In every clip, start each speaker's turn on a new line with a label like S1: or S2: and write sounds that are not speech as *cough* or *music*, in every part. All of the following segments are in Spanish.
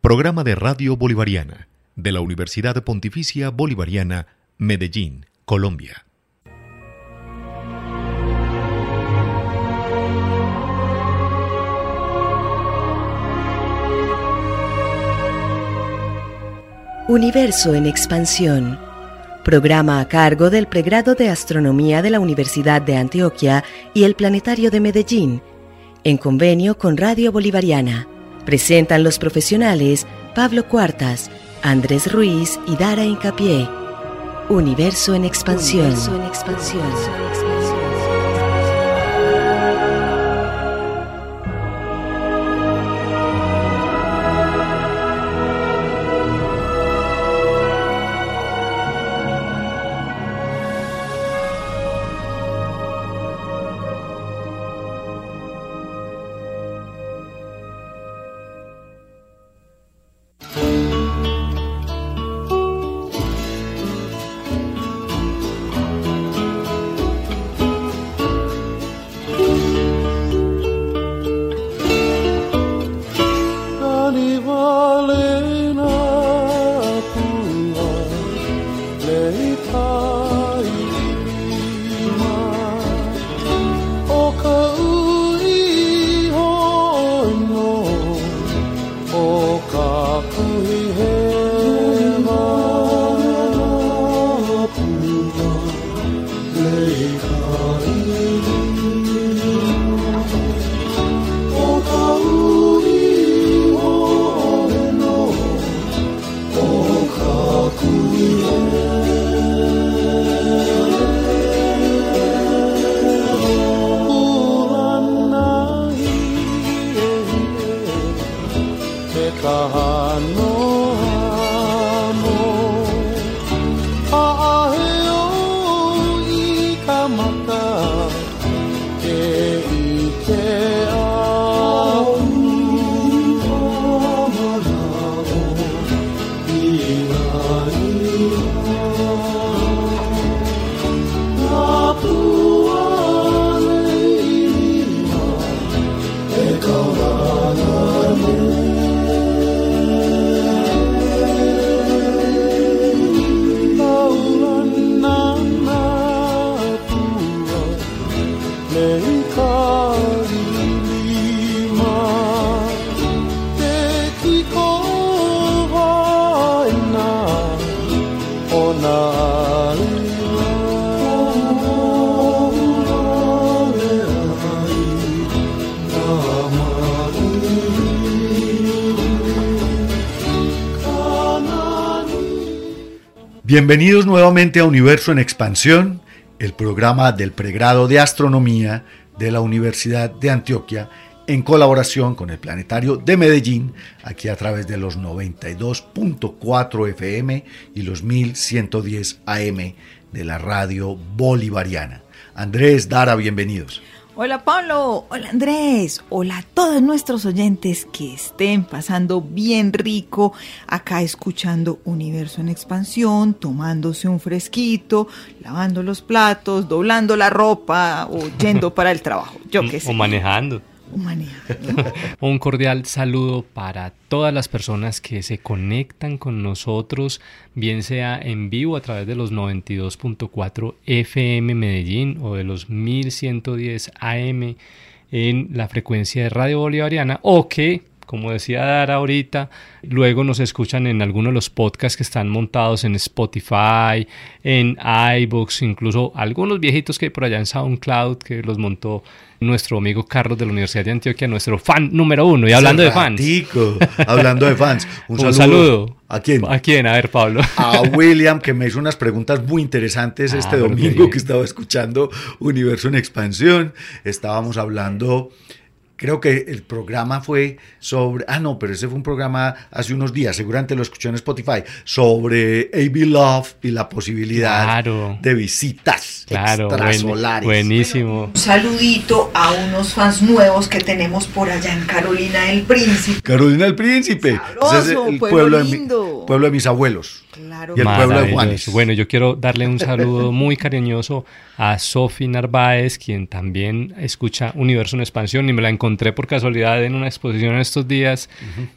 S1: Programa de Radio Bolivariana de la Universidad Pontificia Bolivariana, Medellín, Colombia.
S2: Universo en Expansión. Programa a cargo del pregrado de Astronomía de la Universidad de Antioquia y el Planetario de Medellín, en convenio con Radio Bolivariana. Presentan los profesionales Pablo Cuartas, Andrés Ruiz y Dara Incapié. Universo en expansión.
S3: Universo en expansión.
S4: Bienvenidos nuevamente a Universo en Expansión, el programa del pregrado de Astronomía de la Universidad de Antioquia en colaboración con el Planetario de Medellín, aquí a través de los 92.4 FM y los 1110 AM de la radio bolivariana. Andrés Dara, bienvenidos.
S5: Hola Pablo, hola Andrés, hola a todos nuestros oyentes que estén pasando bien rico acá escuchando Universo en Expansión, tomándose un fresquito, lavando los platos, doblando la ropa o yendo para el trabajo, yo
S6: Mm,
S5: qué sé.
S7: Mm, O manejando. Un cordial saludo para todas las personas que se conectan con nosotros, bien sea en vivo a través de los 92.4 FM Medellín o de los 1110 AM en la frecuencia de Radio Bolivariana o que como decía Dara ahorita, luego nos escuchan en algunos de los podcasts que están montados en Spotify, en iBooks, incluso algunos viejitos que hay por allá en SoundCloud que los montó nuestro amigo Carlos de la Universidad de Antioquia, nuestro fan número uno. Y hablando
S4: Cerratico, de fans. Hablando de
S7: *laughs*
S4: fans.
S7: Un, un saludo. saludo.
S4: ¿A quién?
S7: ¿A quién? A ver, Pablo. *laughs*
S4: A William, que me hizo unas preguntas muy interesantes ah, este domingo que estaba escuchando Universo en Expansión. Estábamos hablando creo que el programa fue sobre, ah no, pero ese fue un programa hace unos días, seguramente lo escuchó en Spotify, sobre AB Love y la posibilidad
S7: claro,
S4: de visitas claro, extrasolares.
S7: Buen, buenísimo.
S5: un saludito a unos fans nuevos que tenemos por allá en Carolina del Príncipe.
S4: Carolina del Príncipe. pues
S5: Sabroso, Entonces, el pueblo, pueblo lindo.
S6: pueblo de mis abuelos.
S5: Claro.
S6: Y el pueblo de Juanes.
S7: Maravilloso. Bueno, yo quiero darle un saludo *laughs* muy cariñoso a Sofi Narváez, quien también escucha Universo en Expansión y me la encontré por casualidad en una exposición en estos días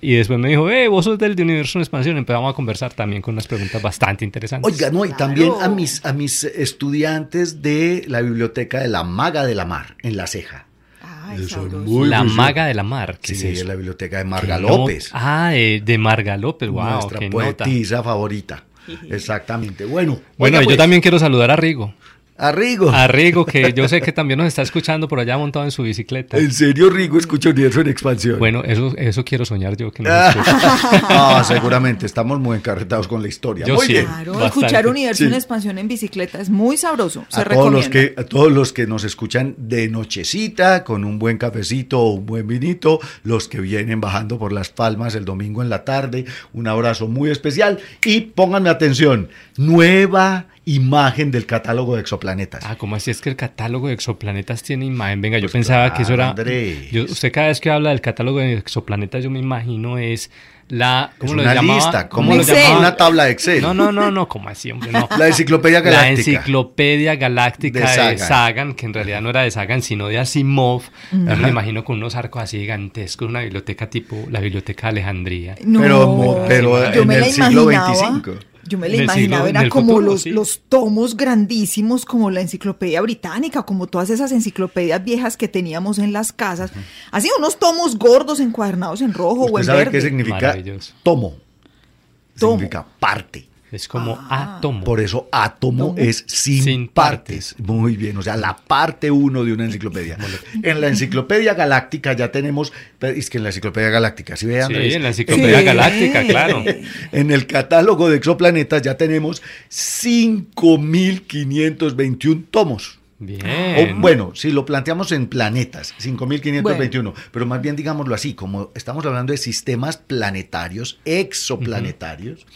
S7: y después me dijo, eh, vos sos del de Universo en Expansión. Empezamos a conversar también con unas preguntas bastante interesantes.
S6: Oiga, no, y
S5: Claro.
S6: también a mis, a mis estudiantes de la biblioteca de la Maga de la Mar, en La Ceja.
S5: Ay,
S6: Yo soy
S5: sabroso.
S6: muy
S7: la
S6: juicioso.
S7: maga de la mar. ¿qué
S6: Sí,
S7: es
S6: es
S7: eso?
S6: la biblioteca de
S7: Qué
S6: Marga
S7: no-
S6: López.
S7: Ah, de, de Marga López, wow,
S6: nuestra
S7: qué nota.
S6: poetisa favorita. Exactamente. Bueno,
S7: Bueno,
S6: oiga,
S7: y yo
S6: pues,
S7: también Ah, quiero saludar
S6: *laughs*
S7: a Rigo.
S6: A Rigo.
S7: A Rigo, que yo sé que también nos está escuchando por allá montado en
S6: *laughs*
S7: su bicicleta.
S6: En serio, Rigo escucha Universo en expansión.
S7: Bueno, eso, eso quiero soñar yo que no lo
S6: *laughs*
S7: escucho.
S6: Ah, seguramente estamos muy encarretados con la historia.
S7: Yo
S6: muy
S7: sí.
S6: bien.
S5: Claro,
S7: Bastante.
S5: escuchar Universo
S6: Sí.
S5: en expansión en bicicleta es muy sabroso. Se
S6: a todos los
S5: recomienda.
S6: que a todos los que nos escuchan de nochecita con un buen cafecito o un buen vinito, los que vienen bajando por las Palmas el domingo en la tarde, un abrazo muy especial y pónganme atención, nueva imagen del catálogo de exoplanetas.
S7: Ah, ¿cómo así es que el catálogo de exoplanetas tiene imagen? Venga, yo pensaba que eso
S6: Pues claro,
S7: era.
S6: Andrés.
S7: Yo, usted cada vez que habla del catálogo de exoplanetas, yo me imagino es la.
S6: es
S7: ¿Cómo lo
S6: una
S7: llamaba?
S6: lista,
S7: ¿Cómo
S6: como
S7: lo
S5: Excel.
S7: llamaba?
S6: una tabla de Excel.
S7: No, no, no, no, ¿cómo así, hombre? No.
S6: *laughs* La enciclopedia
S7: La
S6: galáctica.
S7: enciclopedia galáctica
S6: De
S7: de Sagan.
S6: Sagan.
S7: que en realidad no era de Sagan, sino de Asimov. Yo me imagino con unos arcos así gigantescos, una biblioteca tipo la Biblioteca de Alejandría.
S5: No,
S6: Pero mo- pero
S5: yo
S6: en
S5: me la
S6: el siglo
S5: imaginaba-
S6: 25.
S5: Yo me la
S7: En el siglo-
S5: imaginaba,
S7: en
S5: era
S7: el
S5: como
S7: futuro,
S5: los,
S7: sí.
S5: los tomos grandísimos, como la enciclopedia británica, como todas esas enciclopedias viejas que teníamos en las casas. Así, unos tomos gordos encuadernados en rojo o
S6: ¿Usted
S5: en
S6: sabe
S5: verde.
S6: qué significa
S7: Maravilloso.
S6: tomo?
S5: Tomo.
S6: Significa parte.
S7: Es como
S5: Ah.
S7: átomo.
S6: Por eso átomo es sin,
S7: Sin
S6: partes. Muy bien, o sea, la parte uno de una enciclopedia. En la enciclopedia galáctica ya tenemos, pero es que en la enciclopedia galáctica, si ve
S7: Sí,
S6: Andrés,
S7: en la enciclopedia
S5: Sí.
S7: galáctica,
S5: *laughs*
S7: claro.
S6: en el catálogo de exoplanetas ya tenemos 5.521 tomos.
S7: Bien.
S6: O, Oh, bueno, si lo planteamos en planetas, 5521, pero más bien digámoslo así, como estamos hablando de sistemas planetarios, exoplanetarios,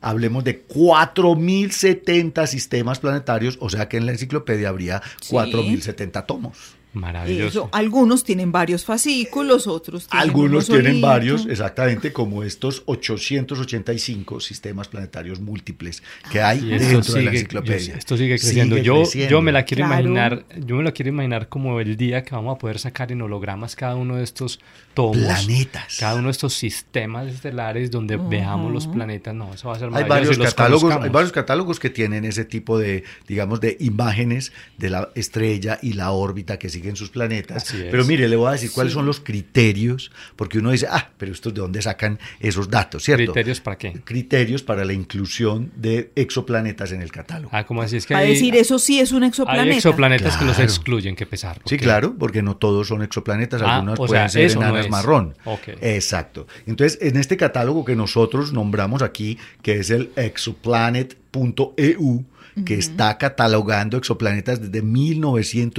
S6: hablemos de 4070 sistemas planetarios, o sea que en la enciclopedia habría 4070 tomos.
S7: Maravilloso.
S5: Eso, algunos tienen varios fascículos, otros tienen
S6: Algunos
S5: uno
S6: tienen
S5: solito.
S6: varios, exactamente como estos 885 sistemas planetarios múltiples que hay
S7: Y
S6: dentro
S7: esto
S6: de
S7: Ah, sigue,
S6: la enciclopedia.
S7: yo- esto sigue creciendo. yo, yo
S6: creciendo.
S7: me la quiero
S5: Claro.
S7: imaginar, yo me lo quiero imaginar como el día que vamos a poder sacar en hologramas cada uno de estos tomos,
S6: Planetas.
S7: cada uno de estos sistemas estelares donde veamos los planetas. No, eso va a ser
S6: Hay
S7: maravilloso.
S6: varios,
S7: y los
S6: catálogos, hay
S7: conozcamos.
S6: varios catálogos que tienen ese tipo de, digamos, de imágenes de la estrella y la órbita que siguen sus planetas.
S7: Así es.
S6: Pero mire, le voy a decir cuáles son los criterios, porque uno dice, ah, pero estos de dónde sacan esos datos, ¿cierto?
S7: criterios para qué.
S6: Criterios para la inclusión de exoplanetas en el catálogo.
S7: Ah, como así es que
S5: Para
S7: hay,
S5: decir, eso sí es un
S7: hay
S5: exoplaneta.
S7: exoplanetas que los
S6: Claro.
S7: excluyen, que pesar.
S6: Sí,
S7: porque-
S6: claro, porque no todos son exoplanetas,
S7: Ah,
S6: algunos
S7: o
S6: pueden
S7: sea,
S6: ser
S7: eso no
S6: enanas
S7: es.
S6: marrón.
S7: Ok.
S6: Exacto. Entonces, en este catálogo que nosotros nombramos aquí, que es el exoplanet.eu, que está catalogando exoplanetas desde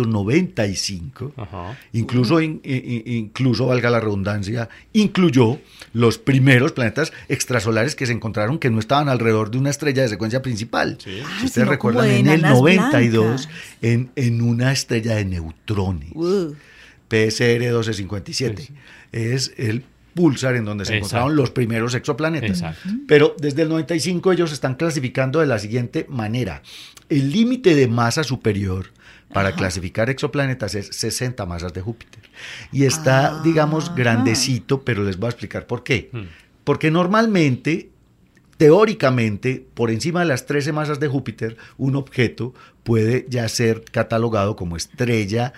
S6: 1995,
S7: Ajá.
S6: incluso, in- in- incluso, valga la redundancia, incluyó los primeros planetas extrasolares que se encontraron que no estaban alrededor de una estrella de secuencia principal.
S5: Ah,
S6: Si ustedes
S5: sino como
S6: recuerdan,
S5: de
S6: en el
S5: enanas
S6: 92,
S5: blancas.
S6: en, en una estrella de neutrones.
S5: Uh,
S6: PSR 1257.
S7: Sí, sí.
S6: Es el pulsar en donde se
S7: Exacto.
S6: encontraron los primeros exoplanetas.
S7: Exacto.
S6: Pero desde el 95 ellos están clasificando de la siguiente manera. El límite de masa superior para clasificar exoplanetas es 60 masas de Júpiter. Y está,
S5: Ah.
S6: digamos, grandecito, pero les voy a explicar por qué.
S7: Mm.
S6: Porque normalmente, teóricamente, por encima de las 13 masas de Júpiter, un objeto puede ya ser catalogado como estrella,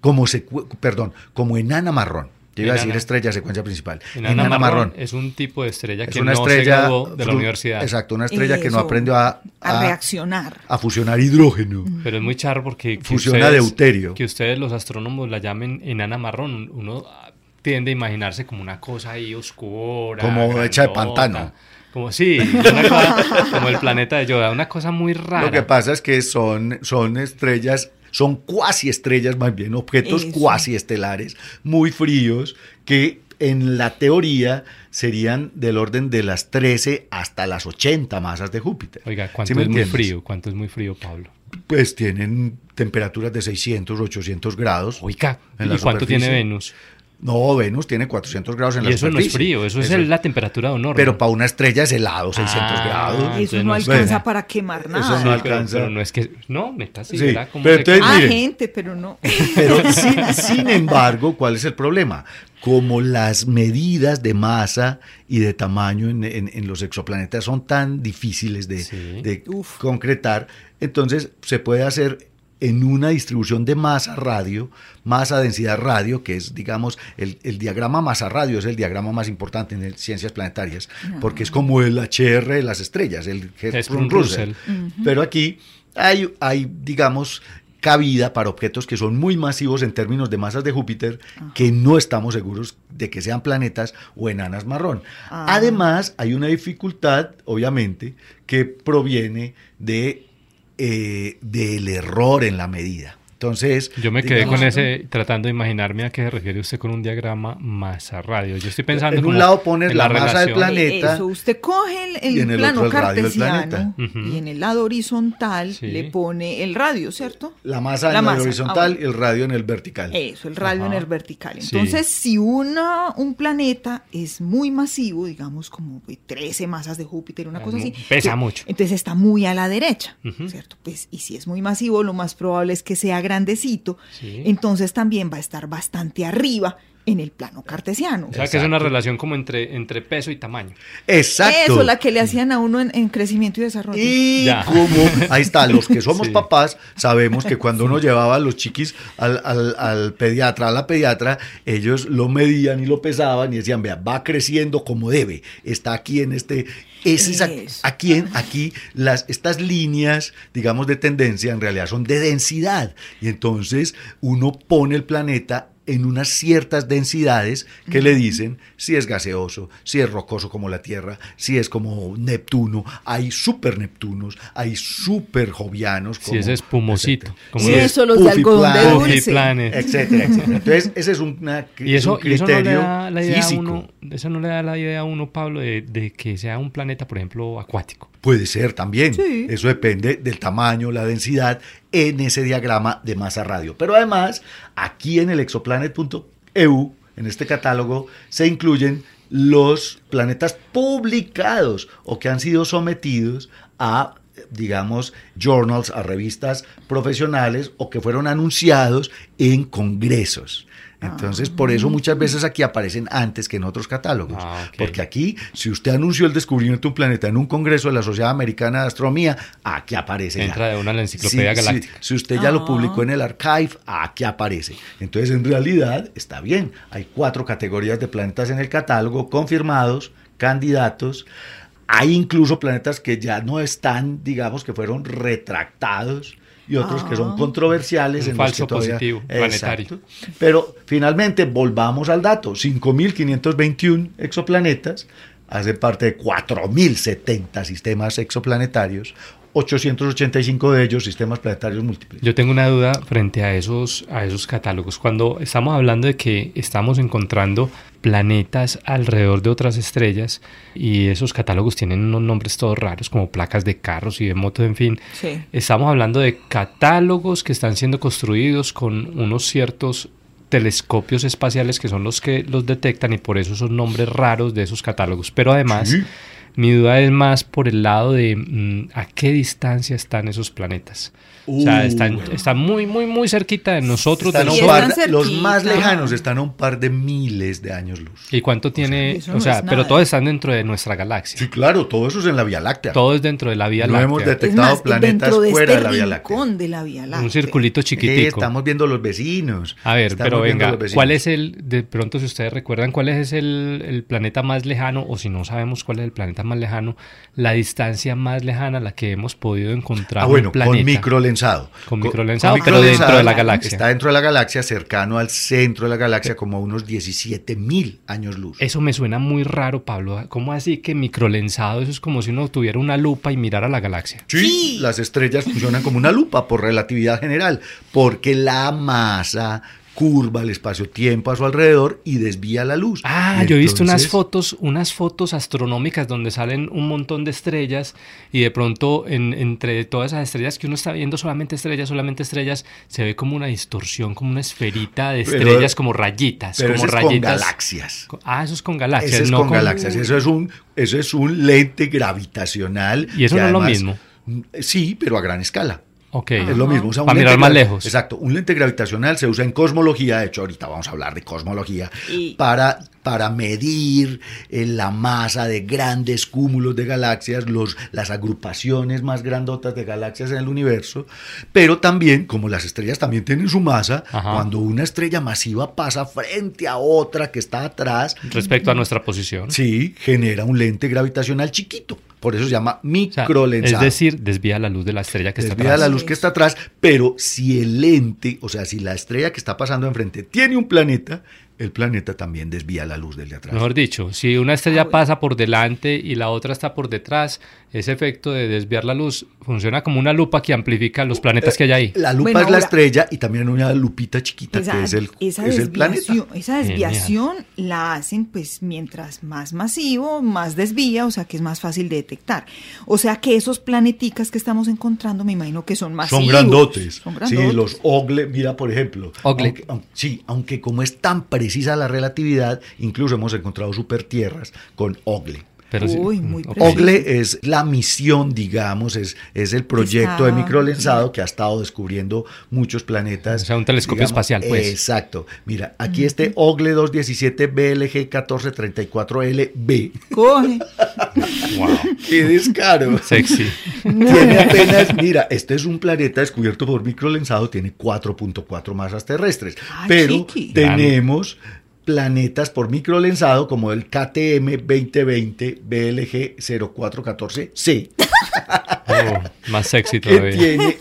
S6: como secu- perdón, como enana marrón. Yo iba a decir
S7: Enana.
S6: estrella secuencia principal.
S7: Enana, marrón, es un tipo de estrella
S6: Es
S7: que
S6: una
S7: no se
S6: estrella
S7: graduó de la
S6: fru-
S7: universidad.
S6: Exacto, una estrella que no
S5: Eso.
S6: aprendió a,
S5: a
S6: a-
S5: reaccionar.
S6: a fusionar hidrógeno.
S7: Pero es muy charro porque... que
S6: Fusiona deuterio.
S7: Que ustedes los astrónomos la llamen enana marrón. Uno ah, tiende a imaginarse como una cosa ahí oscura.
S6: Como hecha de
S7: grandota,
S6: pantano.
S7: Como sí, una cosa- *laughs* como el planeta de Yoda, una cosa muy rara.
S6: Lo que pasa es que son, son estrellas, son cuasi estrellas, más bien objetos
S5: Eso.
S6: cuasi estelares, muy fríos, que en la teoría serían del orden de las 13 hasta las 80 masas de Júpiter.
S7: Oiga,
S6: ¿Sí
S7: ¿cuánto
S6: me
S7: es muy
S6: entiendes?
S7: frío? ¿Cuánto es muy frío, Pablo?
S6: Pues tienen temperaturas de 600, 800 grados.
S7: Oiga,
S6: En
S7: ¿y
S6: la
S7: cuánto tiene
S6: superficie.
S7: Venus?
S6: No, Venus tiene 400 grados en
S7: Y
S6: la
S7: eso no es
S6: superficie.
S7: frío, eso, es la temperatura de honor.
S6: Pero
S7: ¿no?
S6: para una estrella es helado, 600
S7: Ah,
S6: grados.
S5: Y eso
S7: entonces
S5: no
S7: no
S6: suena.
S5: alcanza para quemar nada.
S6: Eso
S7: Sí,
S6: no
S7: pero- pero
S6: alcanza.
S7: no es que. No, neta, sí,
S6: Sí,
S7: ¿verdad? ¿Cómo
S6: pero
S7: se-
S6: entonces-
S5: Ah,
S6: Miren.
S5: gente,
S6: *laughs*
S5: pero no.
S6: Pero sin, sin embargo, ¿cuál es el problema? Como las medidas de masa y de tamaño en, en- en los exoplanetas son tan difíciles de,
S7: Sí.
S6: de concretar, entonces se puede hacer en una distribución de masa radio, masa densidad radio, que es, digamos, el, el diagrama masa radio es el diagrama más importante en el- ciencias planetarias, porque es como el HR de las estrellas, el Hertzsprung-Russell.
S7: Hertzsprung-Russell.
S6: Pero aquí hay, hay, digamos, cabida para objetos que son muy masivos en términos de masas de Júpiter, que no estamos seguros de que sean planetas o enanas marrón.
S5: Ah.
S6: Además, hay una dificultad, obviamente, que proviene de, eh, del error en la medida. Entonces,
S7: Yo me quedé
S6: digamos,
S7: con ese, tratando de imaginarme a qué se refiere usted con un diagrama masa radio. Yo estoy pensando.
S6: En un
S7: como
S6: lado pones
S7: en
S6: la masa del
S7: relación.
S6: planeta.
S5: Eso, usted coge el, el
S6: Y en el
S5: plano
S6: otro el radio del
S5: cartesiano
S6: planeta.
S7: Ujú.
S5: y en el lado horizontal
S7: Sí.
S5: le pone el radio, ¿cierto?
S6: La masa en
S5: La
S6: el
S5: masa,
S6: horizontal
S5: ah,
S6: y
S5: Eh,
S6: el radio en el vertical.
S5: Eso, el radio
S7: Ajá.
S5: en el vertical.
S7: Sí.
S5: Entonces, si una, un planeta es muy masivo, digamos como pues, 13 masas de Júpiter, una
S7: Ah,
S5: cosa
S7: mu-
S5: así.
S7: pesa
S5: sí,
S7: mucho.
S5: Entonces está muy a la derecha,
S7: Ujú.
S5: ¿cierto? Pues, y si es muy masivo, lo más probable es que sea grandecito.
S7: Sí.
S5: Entonces también va a estar bastante arriba en el plano cartesiano.
S7: O sea, que es una relación como entre, entre peso y tamaño.
S6: Exacto.
S5: Eso, la que le hacían a uno en, en crecimiento y desarrollo.
S6: Y
S7: Ya.
S6: como, ahí está, los que somos
S7: Sí.
S6: papás sabemos que cuando uno llevaba a los chiquis al, al- al pediatra, a la pediatra, ellos lo medían y lo pesaban y decían, vea, va creciendo como debe, está aquí en este... Es esa-
S5: Eso.
S6: aquí, en- aquí las, estas líneas, digamos, de tendencia en realidad son de densidad. Y entonces uno pone el planeta en unas ciertas densidades que le dicen si es gaseoso, si es rocoso como la Tierra, si es como Neptuno, hay super Neptunos, hay super jovianos.
S7: Si es espumosito, como
S5: Sí,
S7: es
S5: eso, los de
S6: Puffy
S5: algodón de
S6: Planet,
S7: Puffy
S5: dulce.
S7: Planet.
S6: etcétera, etcétera. Entonces, ese es un, una-
S7: *laughs* Y
S6: es un
S7: eso, y eso no le
S6: criterio
S7: da la idea
S6: físico.
S7: a uno, eso no le da la idea a uno, Pablo, de, de que sea un planeta, por ejemplo, acuático.
S6: Puede ser también.
S5: Sí.
S6: Eso depende del tamaño, la densidad en ese diagrama de masa radio. Pero además, aquí en el exoplanet.eu, en este catálogo, se incluyen los planetas publicados o que han sido sometidos a digamos, journals, a revistas profesionales o que fueron anunciados en congresos.
S7: Ah.
S6: Entonces, por eso muchas veces aquí aparecen antes que en otros catálogos.
S7: Mm. Ah, ok.
S6: Porque aquí, si usted anunció el descubrimiento de un planeta en un congreso de la Sociedad Americana de Astronomía, aquí aparece. ya.
S7: Entra de una en la
S6: Sí,
S7: enciclopedia
S6: sí,
S7: galáctica.
S6: si usted ya lo
S5: Ah.
S6: publicó en el archive, aquí aparece. Entonces, en realidad, está bien. Hay cuatro categorías de planetas en el catálogo, confirmados, candidatos. Hay incluso planetas que ya no están, digamos, que fueron retractados y otros que son
S5: Ah.
S6: controversiales.
S7: Un
S6: en los que
S7: falso
S6: todavía-
S7: positivo planetario.
S6: Pero finalmente, volvamos al dato. 5.521 exoplanetas hacen parte de 4.070 sistemas exoplanetarios. 885 de ellos sistemas planetarios múltiples.
S7: Yo tengo una duda frente a esos, a esos catálogos. Cuando estamos hablando de que estamos encontrando planetas alrededor de otras estrellas y esos catálogos tienen unos nombres todos raros como placas de carros y de motos, en fin,
S5: Sí.
S7: estamos hablando de catálogos que están siendo construidos con unos ciertos telescopios espaciales que son los que los detectan y por eso esos nombres raros de esos catálogos. Pero además,
S6: Sí.
S7: mi duda es más por el lado de mm, a qué distancia están esos planetas. o sea,
S6: Uh,
S7: están,
S6: bueno.
S7: están muy, muy, muy cerquita de nosotros. de
S6: Están a un
S5: Sí,
S7: nosotros.
S6: par-
S5: están
S6: los más
S5: cerquita.
S6: lejanos están a un par de miles de años luz.
S7: ¿Y cuánto tiene?
S5: eso
S7: O sea,
S5: no es
S7: pero
S5: nada.
S7: todos están dentro de nuestra galaxia.
S6: Sí, claro, todo eso es en la Vía Láctea.
S7: Todo es dentro de la Vía
S6: No
S7: Láctea.
S6: hemos
S5: Es
S6: detectado
S5: más,
S6: planetas
S5: dentro de
S6: fuera de
S5: este
S6: la Vía Láctea.
S5: rincón de la Vía Láctea.
S7: Un circulito
S6: Eh,
S7: chiquitico.
S6: estamos viendo los vecinos.
S7: A ver,
S6: Estamos
S7: pero
S6: viendo
S7: venga,
S6: los vecinos.
S7: ¿cuál es el, de pronto si ustedes recuerdan, cuál es el, el planeta más lejano, o si no sabemos cuál es el planeta más lejano, la distancia más lejana a la que hemos podido encontrar
S6: Ah, bueno,
S7: un planeta?
S6: con microlensado.
S7: Con microlensado, pero dentro de la galaxia.
S6: Está dentro de la galaxia, cercano al centro de la galaxia, como a unos 17 mil años luz.
S7: Eso me suena muy raro, Pablo. ¿Cómo así que microlensado? Eso es como si uno tuviera una lupa y mirara la galaxia.
S6: Sí, las estrellas funcionan como una lupa por relatividad general, porque la masa curva el espacio-tiempo a su alrededor y desvía la luz.
S7: Ah,
S6: Y
S7: yo he visto unas
S6: entonces-
S7: fotos, unas fotos astronómicas donde salen un montón de estrellas y de pronto en- entre todas esas estrellas que uno está viendo solamente estrellas, solamente estrellas, se ve como una distorsión, como una esferita de
S6: Pero-
S7: estrellas, como rayitas,
S6: Pero
S7: como
S6: eso es con
S7: rayitas.
S6: galaxias.
S7: Ah, eso es con galaxias,
S6: Ese es
S7: no
S6: con
S7: con-
S6: galaxias. Eso es un, eso es un lente gravitacional.
S7: Y eso
S6: que
S7: no es lo mismo.
S6: mm, Sí, pero a gran escala.
S7: Ok.
S6: Es lo mismo. o sea,
S7: Para
S6: un lente
S7: mirar más
S6: gra-
S7: lejos.
S6: Exacto. Un lente gravitacional se usa en cosmología. De hecho, ahorita vamos a hablar de cosmología.
S5: Y-
S6: Para, para medir eh, la masa de grandes cúmulos de galaxias, los, las agrupaciones más grandotas de galaxias en el universo. Pero también, como las estrellas también tienen su masa,
S7: Ajá.
S6: cuando una estrella masiva pasa frente a otra que está atrás,
S7: Respecto a nuestra posición.
S6: sí, genera un lente gravitacional chiquito. Por eso se llama
S7: O sea,
S6: microlensado.
S7: es decir, desvía la luz de la estrella que está
S6: Desvía la
S7: atrás.
S6: luz que está atrás, pero si el lente, o sea, si la estrella que está pasando enfrente tiene un planeta, el planeta también desvía la luz del de atrás.
S7: Mejor dicho, si una
S5: Ah,
S7: estrella
S5: bueno.
S7: pasa por delante y la otra está por detrás, ese efecto de desviar la luz funciona como una lupa que amplifica los planetas que hay ahí.
S6: La lupa
S5: Bueno,
S6: es la
S5: ahora-
S6: estrella y también una lupita chiquita que es el,
S5: esa
S6: es el planeta.
S5: desviación- Esa desviación la hacen pues mientras más masivo, más desvía, o sea que es más fácil de detectar. O sea que esos planeticas que estamos encontrando me imagino que son masivos.
S6: Son grandotes.
S5: Son grandotes.
S6: Sí, los Ogle, mira, por ejemplo.
S7: Ogle.
S6: Aunque, aun- sí, aunque como es tan precisa la relatividad, incluso hemos encontrado supertierras con Ogle.
S7: Pero sí- mm,
S5: Uy, muy
S7: ok.
S5: preciso.
S6: Ogle es la misión, digamos, es, es el proyecto de
S5: Está-
S6: microlensado que ha estado descubriendo muchos planetas.
S7: O sea, un telescopio espacial, pues.
S6: Exacto. Mira, aquí este Ogle 217 BLG
S5: *laughs*
S6: 1434LB.
S5: Coge.
S7: Wow,
S6: ¡Qué
S7: *laughs*
S6: descaro!
S5: *laughs*
S7: sexy.
S6: Tiene apenas, mira, este es un planeta descubierto por microlensado, tiene 4.4 masas terrestres.
S5: Ah,
S6: pero
S5: chiqui.
S6: tenemos planetas por microlensado como el KTM 2020 BLG 0414C.
S7: Oh, más sexy
S6: que
S7: todavía.
S6: tiene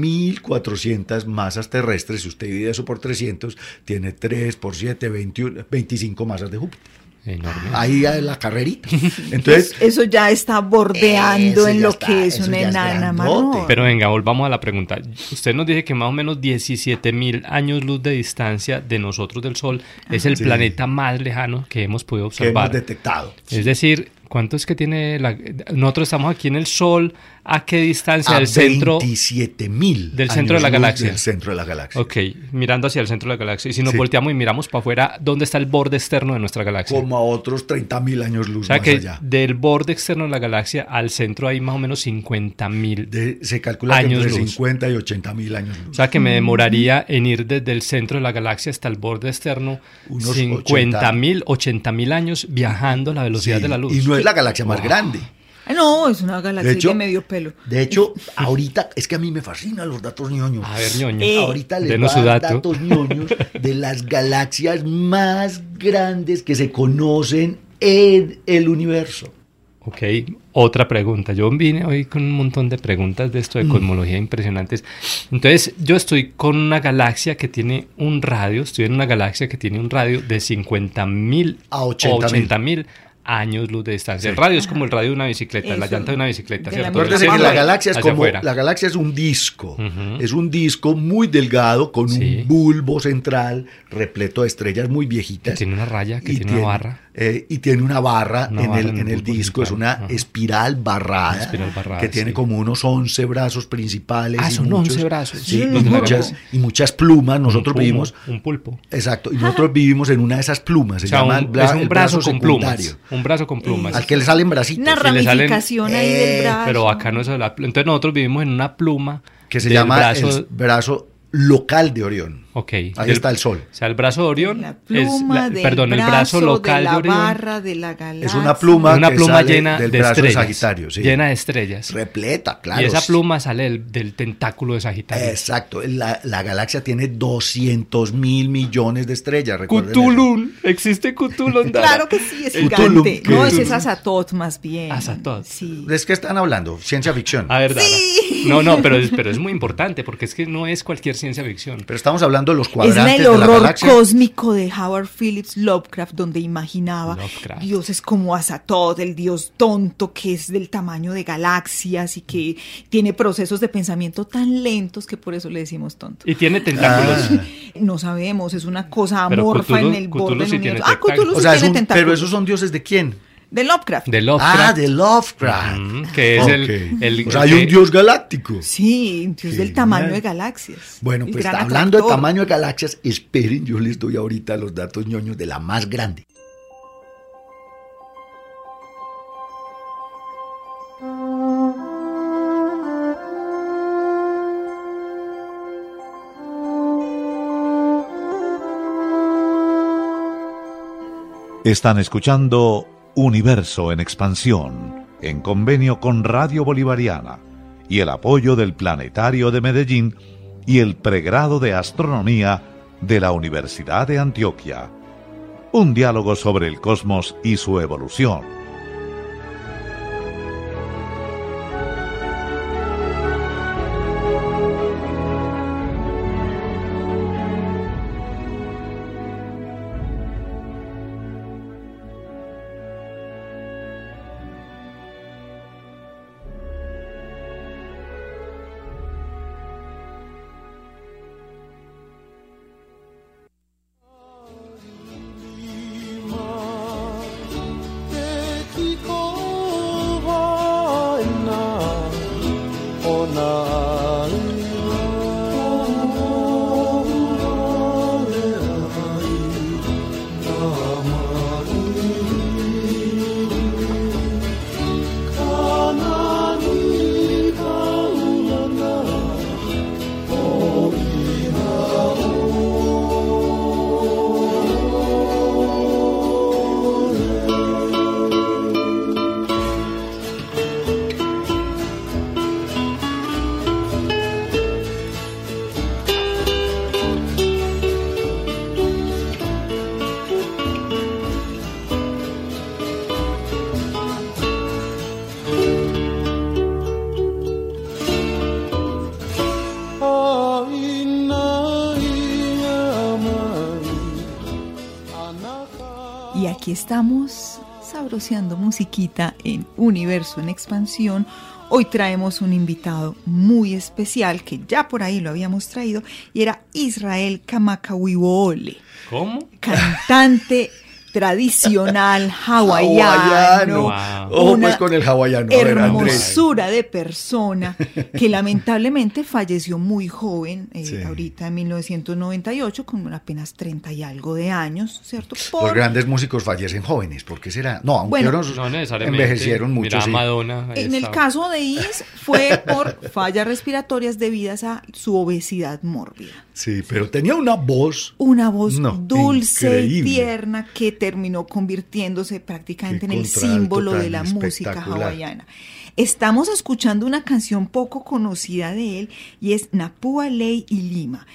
S6: 7400 masas terrestres. Si usted divide eso por 300, tiene 3 por 7, 21, 25 masas de Júpiter.
S7: Enorme.
S6: Ahí ya es la carrerita.
S7: *laughs*
S6: Entonces,
S5: Pues, Eso ya está bordeando
S6: Eso
S5: en
S6: ya
S5: lo
S6: está,
S5: que es
S6: eso
S5: una
S6: ya es
S5: enana
S6: grandote.
S5: marrón.
S7: Pero venga, volvamos a la pregunta. Usted nos dice que más o menos 17 mil años luz de distancia de nosotros del Sol es el
S6: Sí.
S7: planeta más lejano que hemos podido
S6: que hemos
S7: observar.
S6: detectado.
S7: Es decir, ¿cuánto es que tiene la... Nosotros estamos aquí en el Sol, ¿a qué distancia del centro?
S6: 27.000
S7: del centro de la
S6: años luz
S7: galaxia.
S6: Del centro de la galaxia.
S7: Ok, mirando hacia el centro de la galaxia. Y si nos
S6: Sí.
S7: volteamos y miramos para afuera, ¿dónde está el borde externo de nuestra galaxia?
S6: Como a otros 30.000 años
S7: O
S6: luz
S7: sea
S6: más
S7: que
S6: allá.
S7: del borde externo de la galaxia al centro hay más o menos 50.000. mil.
S6: De- se calcula
S7: años
S6: que entre
S7: luz.
S6: 50 y 80.000 años luz.
S7: O sea que me demoraría en ir desde el centro de la galaxia hasta el borde externo
S6: Unos
S7: 50.000, 80.000 años viajando a la velocidad
S6: Sí,
S7: de la luz.
S6: Y no es la galaxia más
S7: Wow.
S6: grande.
S5: Ah, No, es una galaxia
S6: hecho-
S5: de medio pelo.
S6: De hecho, ahorita es que a mí me fascinan los datos ñoños.
S7: A ver, ñoño.
S5: Eh,
S6: Ahorita les
S7: denos
S6: voy a dar
S7: su dato.
S6: datos ñoños de las galaxias más grandes que se conocen en el universo.
S7: Ok, otra pregunta. Yo vine hoy con un montón de preguntas de
S6: Mm.
S7: esto de cosmología impresionantes. Entonces, yo estoy con una galaxia que tiene un radio, estoy en una galaxia que tiene un radio de 50.000
S6: A 80.000.
S7: años luz de distancia. El radio es como el radio de una bicicleta, la
S5: Eso,
S7: llanta de una bicicleta,
S5: de la
S7: ¿cierto?
S5: misma
S6: Acuérdese que la
S5: Vamos,
S6: galaxia es
S7: Hacia
S6: como
S7: afuera.
S6: la galaxia es un disco,
S7: Ujú.
S6: es un disco muy delgado con
S7: Sí.
S6: un bulbo central repleto de estrellas muy
S7: Que
S6: viejitas.
S7: tiene una raya, que
S6: y
S7: tiene, una barra.
S6: eh, y tiene una barra
S7: Una
S6: en
S7: barra
S6: el,
S7: en
S6: en
S7: el
S6: el
S7: bulbo
S6: disco, es una
S7: central, ajá.
S6: espiral barrada,
S7: Una espiral barrada,
S6: que tiene
S7: sí.
S6: como unos 11 brazos principales.
S7: Ah,
S6: y
S7: son
S6: muchos-
S7: 11 brazos.
S6: sí,
S7: Sí,
S6: y,
S7: los de la
S6: muchas,
S5: galaxia.
S6: y muchas plumas. Nosotros
S7: Un pulpo,
S6: vivimos,
S7: Un pulpo.
S6: exacto, y nosotros vivimos en una de esas plumas. Se
S7: o sea,
S6: llama el
S7: un,
S6: bra-
S7: es un
S6: el
S7: brazo, con
S6: secundario,
S7: plumas. Un brazo con plumas.
S6: Al que le salen bracitos.
S5: Una
S7: si le salen-
S5: ramificación ahí del
S6: Eh,
S5: brazo.
S7: Pero bacano eso de la pluma. Entonces nosotros vivimos en una pluma
S6: que se
S7: del
S6: llama
S7: brazo-
S6: el brazo local de Orión.
S7: Ok.
S6: Ahí
S7: del-
S6: está el sol.
S7: O sea, el brazo de Orión.
S5: La pluma
S7: es la-
S5: del
S7: perdón, el brazo local
S5: de
S7: de,
S5: la
S7: Orión.
S5: barra de la galaxia.
S6: Es una pluma,
S7: Una
S6: que
S7: pluma
S6: sale
S7: llena
S6: del
S7: de
S6: brazo de
S7: estrellas.
S6: Sagitario, sí.
S7: Llena de estrellas.
S6: Repleta, claro.
S7: y esa pluma sale del, del tentáculo de Sagitario.
S6: Exacto. La, la galaxia tiene 200 mil millones de estrellas. recuerden eso.
S7: Cthulhu. Existe Cthulhu.
S5: *laughs*
S7: Andara.
S5: Claro que sí, es
S6: El
S5: gigante.
S6: Tulum, que
S5: no,
S6: es-
S5: ese es Azatoth más bien.
S7: Azathoth.
S5: Sí.
S6: ¿Es que están hablando? Ciencia ficción.
S7: A ver, Dara.
S5: Sí.
S7: No, no, pero es, pero es muy importante porque es que no es cualquier ciencia ficción.
S6: Pero estamos hablando estudiando los cuadrantes
S5: es el
S6: de la
S5: horror
S6: galaxia.
S5: cósmico de Howard Phillips Lovecraft, donde imaginaba
S7: Lovecraft.
S5: dioses como Azathoth, el dios tonto que es del tamaño de galaxias y que tiene procesos de pensamiento tan lentos que por eso le decimos tonto.
S7: Y tiene tentáculos.
S6: Ah.
S5: No sabemos, es una cosa
S7: Pero
S5: amorfa
S7: Cthulhu-
S5: en el
S7: Cthulhu
S5: borde
S7: sí
S5: del
S7: tiene
S5: universo. Ah,
S7: tentáculos.
S5: Cthulhu sí
S6: O sea, es
S5: tiene
S6: un- pero
S5: tentáculos.
S6: esos son dioses de quién?
S5: De Lovecraft.
S7: De Lovecraft.
S6: Ah, de Lovecraft.
S7: Mm, que es
S6: Ok.
S7: el, el-
S6: o sea, hay
S7: que-
S6: un dios galáctico.
S5: Sí, un dios del tamaño de
S6: Genial.
S5: galaxias.
S6: Bueno,
S5: El
S6: pues
S5: gran
S6: hablando de
S5: atractor.
S6: tamaño de galaxias, esperen, yo les doy ahorita los datos ñoños de la más grande.
S8: Están escuchando Universo en Expansión, en convenio con Radio Bolivariana y el apoyo del Planetario de Medellín y el pregrado de Astronomía de la Universidad de Antioquia. Un diálogo sobre el cosmos y su evolución.
S5: Y aquí estamos sabroseando musiquita en Universo en Expansión. Hoy traemos un invitado muy especial que ya por ahí lo habíamos traído y era Israel Kamakawiwole,
S7: ¿Cómo?
S6: *laughs*
S5: cantante tradicional
S6: Hawaiano.
S5: hawaiano.
S7: Wow.
S6: Ojo
S5: Una
S6: pues con el hawaiano. A ver, Andrés.
S5: hermosura de persona
S6: *laughs*
S5: que lamentablemente falleció muy joven, eh,
S6: Sí.
S5: ahorita en 1998, con apenas 30 y algo de años, ¿cierto?
S6: Los
S5: Por
S6: grandes músicos fallecen jóvenes, ¿por qué será? No, aunque
S5: Bueno,
S6: unos
S7: No necesariamente.
S6: envejecieron mucho,
S7: Mira,
S6: sí.
S7: Madonna. ahí
S5: En el
S7: está.
S5: caso de Is fue por fallas respiratorias debidas a su obesidad mórbida.
S6: Sí, pero tenía una voz.
S5: Una voz
S6: No,
S5: dulce y
S6: increíble.
S5: tierna que terminó convirtiéndose prácticamente
S6: Qué
S5: en el
S6: contralto
S5: símbolo
S6: tan
S5: de la música
S6: espectacular.
S5: hawaiana. Estamos escuchando una canción poco conocida de él y es Napua Ley y Lima.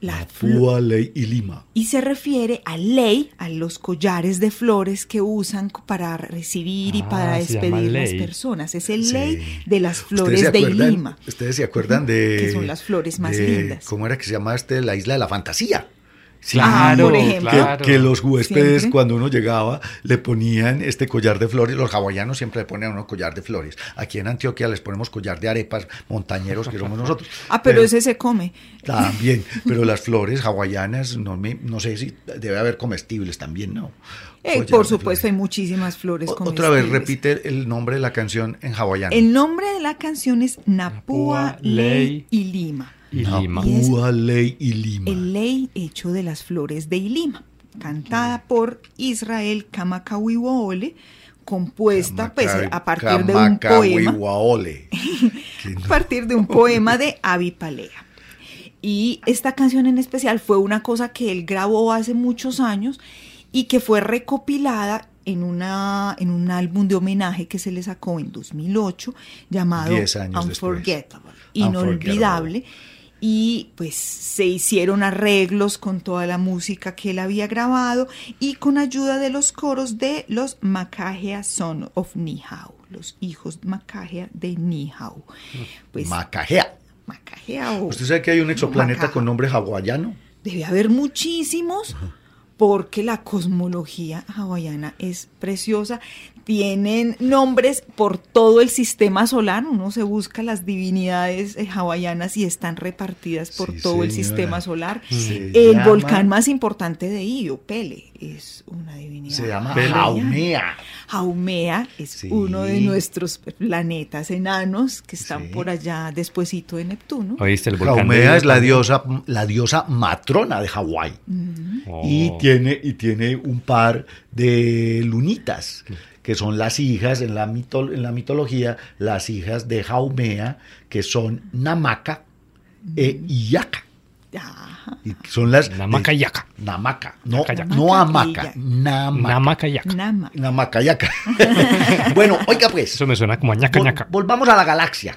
S5: La flo-
S6: Fua, Ley y Lima.
S5: y se refiere a ley, a los collares de flores que usan co- para recibir y
S7: Ah,
S5: para
S7: se llama
S5: despedir a las
S7: ley.
S5: personas. Es el
S6: Sí.
S5: ley de las
S6: ¿Ustedes se
S5: flores de
S6: acuerdan-
S5: Lima.
S6: Ustedes se acuerdan de.
S5: Que son las flores más
S6: de-
S5: lindas.
S6: ¿Cómo era que se llama este? La isla de la fantasía. Sí,
S7: Claro,
S5: por ejemplo.
S6: que,
S7: claro.
S6: que los huéspedes
S5: Siempre.
S6: cuando uno llegaba le ponían este collar de flores, los hawaianos siempre le ponen a uno collar de flores. Aquí en Antioquia les ponemos collar de arepas montañeros que somos nosotros.
S5: *laughs* Ah, pero, ese se come. *laughs*
S6: También, pero las flores hawaianas, no, me, no sé si debe haber comestibles también, ¿no?
S5: Eh,
S6: Collar
S5: por
S6: de
S5: supuesto, hay
S6: flores.
S5: muchísimas flores. este,
S6: O- Otra vez,
S5: comestibles.
S6: repite el nombre de la canción en hawaiano.
S5: El nombre de la canción es Napua,
S7: Napua,
S5: Ley
S7: Ley
S5: y Lima.
S7: Y Lima.
S5: y es-
S6: Ua, ley y Lima.
S5: El ley hecho de las flores de Ilima, cantada por Israel Kamakawiwoole, compuesta pues, a partir de un poema. *laughs* Pues,
S6: Camacahuihuaole. Que
S5: a
S6: no-
S5: partir de un poema de Avipalea. Y esta canción en especial fue una cosa que él grabó hace muchos años y que fue recopilada en, una, en un álbum de homenaje que se le sacó en 2008 llamado
S6: Diez años después.
S5: Unforgettable,
S6: Unforgettable.
S5: inolvidable. Y pues se hicieron arreglos con toda la música que él había grabado y con ayuda de los coros de los Makahea Son of Nihau, los hijos Makahea de Nihau. Pues
S6: Macajea.
S5: Macajea o
S6: Pues, ¿Usted sabe que hay un exoplaneta
S5: Macaja.
S6: con nombre hawaiano?
S5: debe haber muchísimos porque la cosmología hawaiana es preciosa. Tienen nombres por todo el sistema solar. Uno se busca las divinidades eh, hawaianas y están repartidas por
S6: Sí,
S5: todo el
S6: señora.
S5: sistema solar.
S6: Se
S5: el
S6: llama-
S5: volcán más importante de Io, Pele, es una divinidad.
S6: Se llama
S5: hawaiana.
S6: Jaumea.
S5: Haumea es
S6: Sí.
S5: uno de nuestros planetas enanos que
S6: Sí.
S5: están por allá despuesito de Neptuno.
S7: ¿Oíste? El volcán de
S6: Jaumea
S7: Dios
S6: es la
S7: también.
S6: diosa, la diosa matrona de Hawái.
S7: Oh.
S6: Y, tiene, y tiene un par de lunitas, que son las hijas, en la, mito- en la mitología, las hijas de Jaumea, que son Namaka e Iyaka.
S5: Ajá.
S6: Y son las
S7: Namaka
S6: de-
S7: Yaka.
S6: Namaka. No,
S7: Yaka, yaka.
S6: no
S5: Namaka
S6: Amaka.
S5: e Yaka.
S6: Namaka.
S7: Namakayaca.
S5: Nama.
S6: Namaka
S5: *laughs*
S6: Yaka. *laughs* bueno, oiga pues.
S7: Eso me suena como a ñaca
S6: Vol-
S7: ñaca.
S6: volvamos a la galaxia.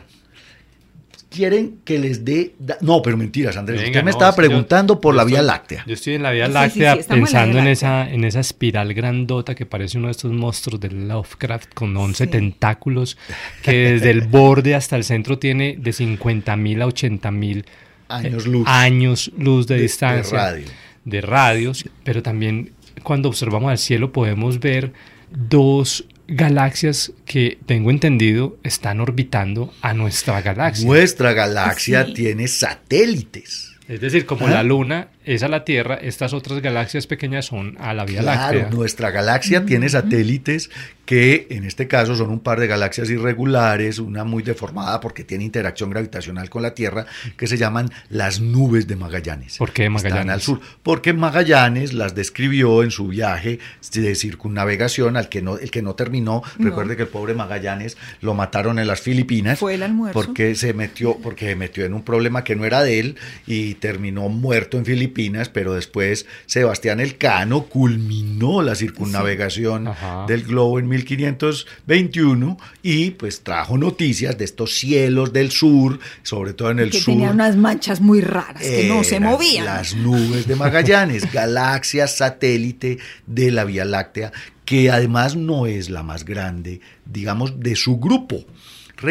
S6: Quieren que les dé... da- No, pero mentiras, Andrés.
S7: Venga,
S6: usted me
S7: no,
S6: estaba
S7: es que yo-
S6: preguntando por
S7: yo
S6: la
S7: estoy-
S6: Vía Láctea.
S7: Yo estoy en la Vía
S5: Sí, sí, sí,
S7: Láctea
S5: estamos en la
S7: pensando en,
S5: Vía
S7: esa, en esa espiral grandota que parece uno de estos monstruos de Lovecraft con 11
S5: Sí.
S7: tentáculos que desde el borde hasta el centro tiene de 50 mil a 80 mil
S6: Años luz.
S7: años luz de,
S6: de- de
S7: distancia
S6: radio.
S7: de radios, pero también cuando observamos al cielo podemos ver dos galaxias que tengo entendido están orbitando a nuestra galaxia.
S6: Nuestra galaxia
S5: Ah, Sí.
S6: tiene satélites.
S7: Es decir, como
S6: ¿Ah?
S7: la Luna es a la Tierra, estas otras galaxias pequeñas son a la Vía
S6: Claro,
S7: Láctea.
S6: nuestra galaxia tiene satélites que en este caso son un par de galaxias irregulares, una muy deformada porque tiene interacción gravitacional con la Tierra, que se llaman las nubes de Magallanes.
S7: ¿Por qué Magallanes?
S6: Están al sur. Porque Magallanes las describió en su viaje de circunnavegación, al que no, el que no terminó.
S5: No.
S6: Recuerde que el pobre Magallanes lo mataron en las Filipinas.
S5: Fue el almuerzo.
S6: Porque se metió, porque se metió en un problema que no era de él y terminó muerto en Filipinas, pero después Sebastián Elcano culminó la circunnavegación
S7: Sí. Ajá.
S6: del globo en 1521 y pues trajo noticias de estos cielos del sur, sobre todo en el
S5: que
S6: sur.
S5: tenía unas manchas muy raras que no se
S6: Eran
S5: movían.
S6: Las nubes de
S5: *laughs*
S6: Magallanes, galaxia satélite de la Vía Láctea, que además no es la más grande, digamos, de su grupo.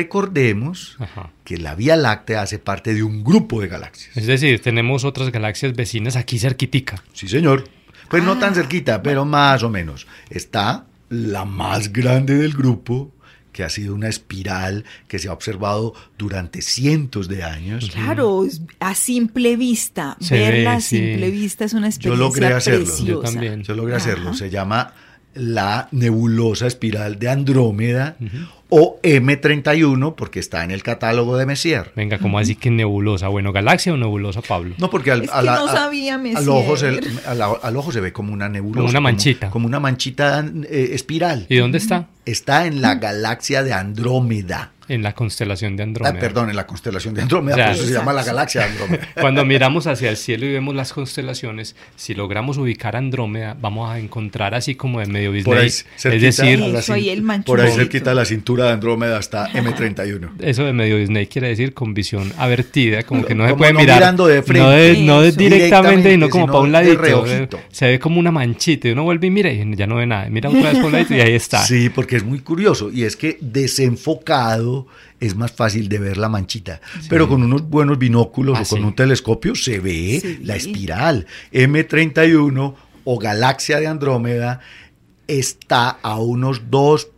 S6: Recordemos
S7: Ajá.
S6: que la Vía Láctea hace parte de un grupo de galaxias.
S7: Es decir, tenemos otras galaxias vecinas aquí cerquitica.
S6: Sí, señor. Pues no tan
S5: Ah.
S6: cerquita, pero más o menos. Está la más grande del grupo, que ha sido una espiral que se ha observado durante cientos de años.
S5: Pues
S6: Mm.
S5: Claro, es- a simple vista.
S7: Se
S5: Verla
S7: ve,
S5: a simple
S7: sí.
S5: vista es una
S6: Yo
S5: experiencia
S6: logré hacerlo.
S5: preciosa.
S7: Yo también.
S6: Yo logré
S5: Ajá.
S6: hacerlo. Mm. Se llama la nebulosa espiral de Andrómeda o M31 porque está en el catálogo de Messier.
S7: Venga, ¿cómo así que nebulosa? Bueno, galaxia o nebulosa, Pablo.
S6: No, porque al,
S5: Es
S6: a
S5: que
S6: la-
S5: no
S6: a-
S5: sabía Messier.
S6: al ojo se, al, al ojo se ve como una nebulosa.
S7: Como una manchita.
S6: Como, una manchita eh, espiral.
S7: ¿Y dónde está?
S6: Está en
S5: Mm.
S6: la galaxia de Andrómeda.
S7: En la constelación de
S6: Ah,
S7: Andrómeda.
S6: perdón, en la constelación de Andrómeda,
S7: O sea,
S6: por eso se llama la
S5: Exacto.
S6: galaxia de Andrómeda.
S7: Cuando miramos hacia el cielo y vemos las constelaciones, si logramos ubicar Andrómeda, vamos a encontrar así como de medio Disney.
S6: Por ahí,
S7: es
S6: cerquita
S7: decir,
S6: a la
S5: Eso ahí,
S6: cin-
S5: el manchón
S6: por ahí
S5: bonito.
S6: cerquita a la cintura de Andrómeda está M31.
S7: Eso de medio Disney quiere decir con visión avertida, como que no se
S6: Como
S7: puede
S6: no
S7: mirar.
S6: mirando de frente.
S7: No, de- no de
S5: Eso.
S7: directamente, no
S6: Directamente,
S7: como
S6: sino
S7: para un
S6: de
S7: ladito.
S6: reojito.
S7: eh, Se ve como una manchita y uno vuelve y mira y ya no ve nada. Mira otra vez por un ladito y ahí está.
S6: Sí, porque es muy curioso y es que desenfocado es más fácil de ver la manchita, pero con unos buenos binóculos
S7: Ah,
S6: o con
S7: sí.
S6: un telescopio se ve
S5: Sí.
S6: la espiral. M31 o galaxia de Andrómeda está a unos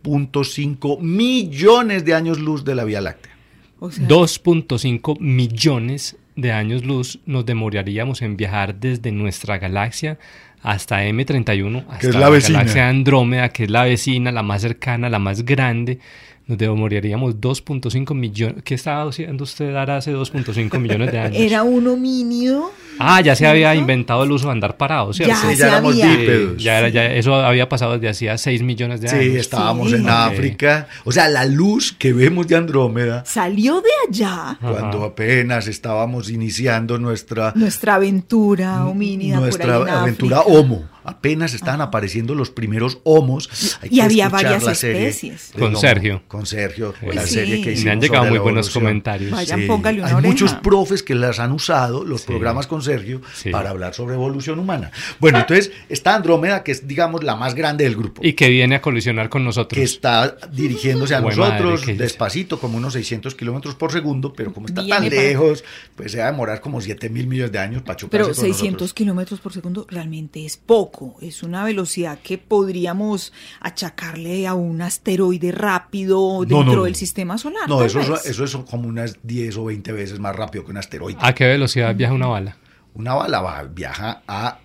S6: 2.5 millones de años luz de la Vía Láctea.
S5: O sea,
S7: 2.5 millones de años luz nos demoraríamos en viajar desde nuestra galaxia hasta M31, hasta
S6: Que es la vecina.
S7: galaxia Andrómeda, que es la vecina, la más cercana, la más grande. Nos demoraríamos 2.5 millones. ¿Qué estaba haciendo usted ahora hace 2.5 millones
S6: *laughs*
S7: de años?
S5: Era un homínido.
S7: Ah, ya se había
S5: ¿Cierto?
S7: inventado el uso de andar parado, ¿cierto?
S5: Ah, Ya
S6: Sí,
S5: se
S6: ya éramos
S5: había.
S7: Eh,
S6: bípedos.
S7: ya era- ya eso había pasado desde hacía 6 millones de años.
S6: Sí, estábamos
S5: Sí.
S6: en
S5: Ok.
S6: África. O sea, la luz que vemos de Andrómeda
S5: Salió de allá
S7: Ajá.
S6: cuando apenas estábamos iniciando nuestra
S5: nuestra aventura homínida. por
S6: nuestra
S5: ahí en
S6: aventura
S5: África.
S6: Homo. apenas estaban apareciendo los primeros homos.
S5: Y había
S6: escuchar
S5: varias
S6: la serie
S5: especies.
S6: de
S7: Con
S6: Homo,
S7: Sergio.
S6: Con Sergio,
S7: Uy,
S6: la
S5: sí.
S6: serie que
S5: Me han
S7: Me han
S6: hicimos
S7: llegado
S6: sobre
S7: muy
S6: la
S7: buenos
S6: evolución.
S7: comentarios.
S5: Vaya. Vayan, póngale una
S6: Hay
S5: oreja.
S6: muchos profes que las han usado, los
S7: Sí.
S6: programas con Sergio,
S7: Sí.
S6: para hablar sobre evolución humana. Bueno, entonces está Andrómeda, que es, digamos, la más grande del grupo.
S7: Y que viene a colisionar con nosotros.
S6: que está dirigiéndose a
S7: Jue madre,
S6: nosotros
S7: qué dice.
S6: despacito, como unos 600 kilómetros por segundo, pero como está tan
S5: Viene para-
S6: lejos, pues se va a demorar como 7 mil millones de años para chocarse
S5: Pero
S6: con
S5: 600
S6: nosotros.
S5: kilómetros por segundo realmente es poco. Es una velocidad que podríamos achacarle a un asteroide rápido
S6: No,
S5: dentro
S6: no,
S5: del
S6: no.
S5: sistema solar.
S6: No,
S5: Ah, tal
S6: eso es,
S5: vez.
S6: eso es como unas 10 o 20 veces más rápido que un asteroide.
S7: ¿A qué velocidad viaja una bala?
S6: Una bala va- viaja a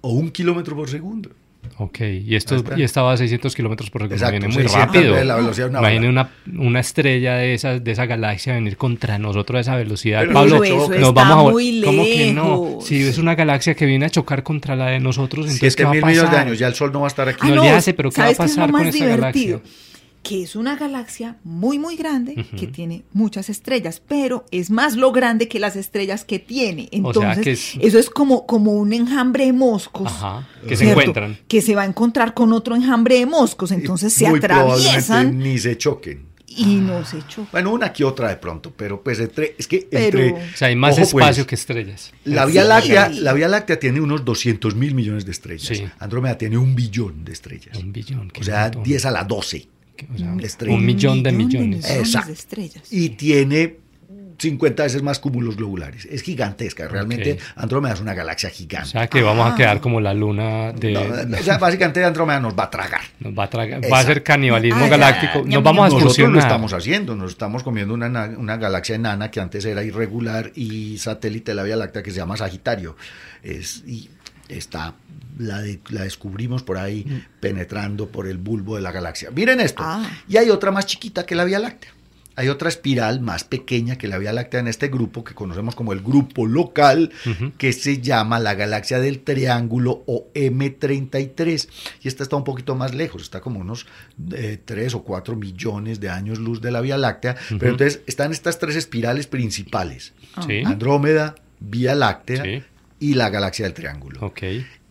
S6: o un kilómetro por segundo.
S7: Ok, y, esto,
S6: Ahí está.
S7: y estaba a 600 kilómetros por segundo.
S6: Exacto,
S7: viene muy
S6: 600
S7: rápido.
S6: veces la velocidad de una
S7: Imagine
S6: bala.
S7: una, una estrella de esa, de esa galaxia venir contra nosotros a esa velocidad.
S6: Pero
S7: Pablo,
S6: eso
S7: nos
S5: está
S7: vamos a vol-
S5: muy
S7: ¿Cómo que no?
S5: lejos.
S7: Si es una galaxia que viene a chocar contra la de nosotros, entonces ¿qué
S6: 7
S7: va a
S6: mil
S7: pasar?
S6: millones de años, ya el Sol no va a estar aquí.
S7: no le hace,
S5: Ah, ¿sabes
S7: pero ¿qué va a
S5: es lo
S7: pasar con
S5: más
S7: esa
S5: divertido?
S7: galaxia?
S5: Que es una galaxia muy, muy grande que
S7: Ujú.
S5: tiene muchas estrellas, pero es más lo grande que las estrellas que tiene.
S7: O sea,
S5: Entonces,
S7: que es-
S5: eso es como, como un enjambre de moscos.
S7: Ajá, que se
S5: ¿cierto?
S7: encuentran.
S5: Que se va a encontrar con otro enjambre de moscos. Entonces se
S6: Muy
S5: atraviesan
S6: probablemente ni se choquen.
S5: y nos echó.
S6: Bueno, una que otra de pronto, pero pues entre, es que
S5: Pero-
S6: entre...
S7: O sea, hay más
S6: Ojo, pues,
S7: espacio que estrellas.
S6: La
S5: Sí.
S6: Vía, Láctea, la Vía Láctea tiene unos 200 mil millones de estrellas.
S7: Sí.
S6: Andrómeda tiene un billón de estrellas.
S7: Un billón. qué
S6: O sea,
S7: montón.
S6: 10 a la 12.
S7: Que- o sea,
S6: de estrellas.
S7: un millón de millones.
S5: de,
S6: Exacto.
S5: estrellas.
S6: Y tiene 50 veces más cúmulos globulares. Es gigantesca. Realmente
S7: Ok.
S6: Andrómeda es una galaxia
S7: O
S6: gigante.
S7: sea, que vamos
S5: Ah.
S7: a quedar como la luna de...
S6: No, o sea, básicamente Andrómeda nos va a tragar.
S7: Nos va a tragar- va a
S6: Exacto. Ah,
S7: ser canibalismo
S5: Ay,
S7: galáctico.
S5: ay, ay,
S7: Nos vamos a
S6: Nosotros lo
S7: expulsionar.
S6: estamos haciendo, nos estamos comiendo una, na- una galaxia enana que antes era irregular y satélite de la Vía Láctea que se llama Sagitario. Es, y está, la, de- la descubrimos por ahí
S7: Mm.
S6: penetrando por el bulbo de la galaxia. Miren esto.
S5: Ah.
S6: Y hay otra más chiquita que la Vía Láctea. Hay otra espiral más pequeña que la Vía Láctea en este grupo que conocemos como el grupo local
S7: Ujú.
S6: que se llama la galaxia del triángulo o M33. Y esta está un poquito más lejos, está como unos 3 o 4 millones de años luz de la Vía Láctea.
S7: Ujú.
S6: Pero entonces están estas tres espirales principales,
S7: Sí,
S6: Andrómeda, Vía Láctea
S7: Sí.
S6: y la galaxia del triángulo
S7: ok.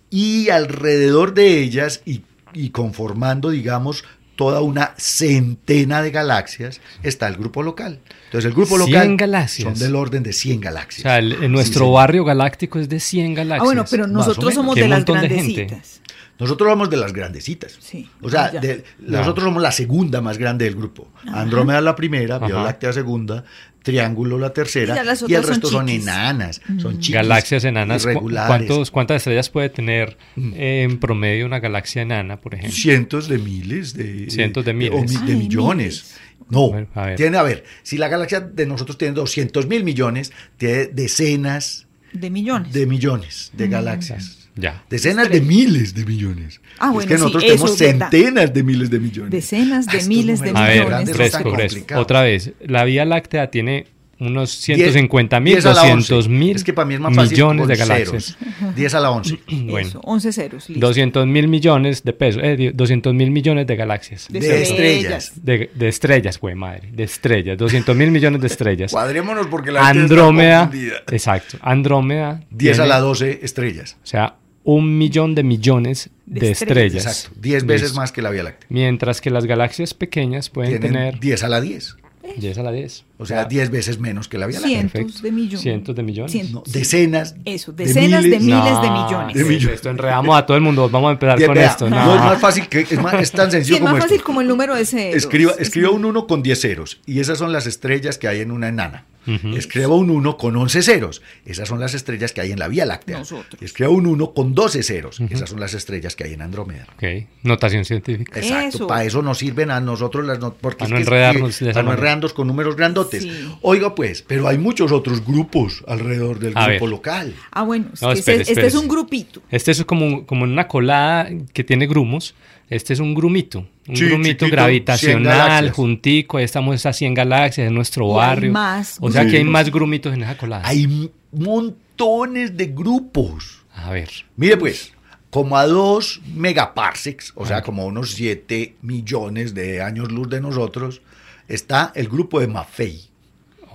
S6: y alrededor de ellas y, y conformando, digamos, toda una centena de galaxias está el grupo local. Entonces el grupo
S7: 100
S6: local
S7: galaxias.
S6: son del orden de 100
S7: O
S6: galaxias.
S7: sea, el- en nuestro
S6: Sí, sí.
S7: barrio galáctico es de 100
S5: Ah,
S7: galaxias.
S5: bueno, pero
S6: más o
S5: nosotros
S6: menos.
S5: somos
S7: Qué
S5: de las
S7: montón de gente.
S5: grandecitas.
S6: Nosotros vamos de las grandecitas.
S5: Sí.
S6: O sea,
S5: Ya.
S6: de-
S7: Ya.
S6: nosotros somos la segunda más grande del grupo. Andrómeda la primera, Vía
S7: Ajá.
S6: Láctea segunda, Triángulo la
S5: Y
S6: tercera
S5: ya las
S6: y el
S5: otras son
S6: resto son,
S5: chiquis.
S6: enanas, son chiquis,
S7: Mm. Galaxias enanas, ¿cu-
S6: irregulares, Mm.
S7: ¿cuántos, ¿cuántas estrellas puede tener eh, en promedio una galaxia enana, por ejemplo?
S6: Pues cientos de miles de eh,
S7: Cientos de
S6: o
S7: miles.
S6: mi- de
S5: Ay,
S6: millones
S5: miles.
S6: no
S7: Bueno, a ver.
S6: tiene a ver si la galaxia de nosotros tiene 200 mil millones tiene decenas
S5: De millones. Mm.
S6: de millones de galaxias
S7: Ya.
S6: decenas de miles de millones
S5: Ah,
S6: es
S5: bueno,
S6: que
S5: sí,
S6: nosotros
S5: eso
S6: tenemos
S5: es verdad.
S6: centenas de miles de millones
S5: Decenas de
S6: Ah, estos
S5: miles de
S6: números
S7: A ver,
S6: grandes
S5: millones.
S6: son
S5: fresco,
S6: tan
S7: fresco, fresco.
S6: complicados.
S7: Otra vez, la Vía Láctea tiene unos
S6: 10
S7: 150 mil,
S6: 10 a la
S7: 200
S6: 11.
S7: mil
S6: Es que para mí es más fácil
S7: millones
S6: con
S7: de galaxias.
S6: ceros. 10 a la 11.
S7: *clears throat* Bueno,
S5: Eso, 11 ceros. listo.
S7: 200 mil millones de pesos, eh, di- 200 mil millones de galaxias.
S6: De,
S5: De
S6: estrellas.
S5: estrellas.
S7: De, de estrellas, güey, madre. De estrellas, 200 mil millones de estrellas.
S6: Cuadrémonos porque la gente está
S7: Andrómeda,
S6: confundida.
S7: exacto. Andrómeda
S6: 10 a
S7: tiene,
S6: la 12 estrellas.
S7: O sea, un millón de millones de,
S5: De
S7: estrellas.
S5: estrellas.
S6: Exacto. 10 veces
S7: Listo.
S6: más que la Vía Láctea.
S7: Mientras que las galaxias pequeñas pueden
S6: Tienen
S7: tener
S6: 10 a la 10.
S7: 10 a la 10.
S6: O sea, 10 veces menos que la Vía Láctea.
S5: Cientos
S7: Perfecto.
S5: de millones.
S7: Cientos de millones.
S5: Cientos.
S6: No, decenas.
S5: Eso, decenas de
S6: miles.
S5: mil- Miles de
S7: No,
S5: millones.
S6: De millones.
S7: Esto enredamos a todo el mundo. Vamos a empezar
S6: Bien,
S7: con
S6: vea,
S7: esto.
S6: No,
S7: No.
S6: es más fácil que es, más- es tan
S5: Sí,
S6: sencillo
S5: es más
S6: como
S5: fácil
S6: esto.
S5: como el número de ceros.
S6: Escriba,
S5: Es-
S6: escriba un 1 con 10 ceros y esas son las estrellas que hay en una enana.
S7: Ujú.
S6: Escriba un 1 con 11 ceros. Esas son las estrellas que hay en la Vía Láctea.
S5: Nosotros.
S6: Escriba un 1 con 12 ceros. Esas son las estrellas que hay en Andrómeda.
S7: Ok, notación científica.
S6: Exacto,
S5: Eso.
S6: para eso nos sirven a nosotros las not- porque
S7: Pa'
S6: es
S7: no
S6: que-
S7: enredarnos de esa
S6: pa' no
S7: manera.
S6: enredarnos con números grandotes.
S5: Sí.
S6: Oiga pues, pero hay muchos otros grupos alrededor del
S7: A
S6: grupo
S7: ver.
S6: local.
S5: Ah, bueno, es
S7: No,
S5: que
S7: espere,
S5: este, este
S7: espere.
S5: es un grupito.
S7: Este es como, como una colada que tiene grumos. Este es un grumito, un
S6: Sí,
S7: grumito
S6: chiquito, 100
S7: gravitacional,
S6: galaxias.
S7: juntico. Ahí estamos esas 100 galaxias, en nuestro
S5: Y hay
S7: barrio.
S5: más
S7: o sea que hay
S5: grumitos.
S7: más grumitos en esa colada.
S6: Hay m- montones de grupos.
S7: A ver,
S6: Mire pues, como a 2 megaparsecs, o sea, como unos 7 millones de años luz de nosotros, está el grupo de Maffei.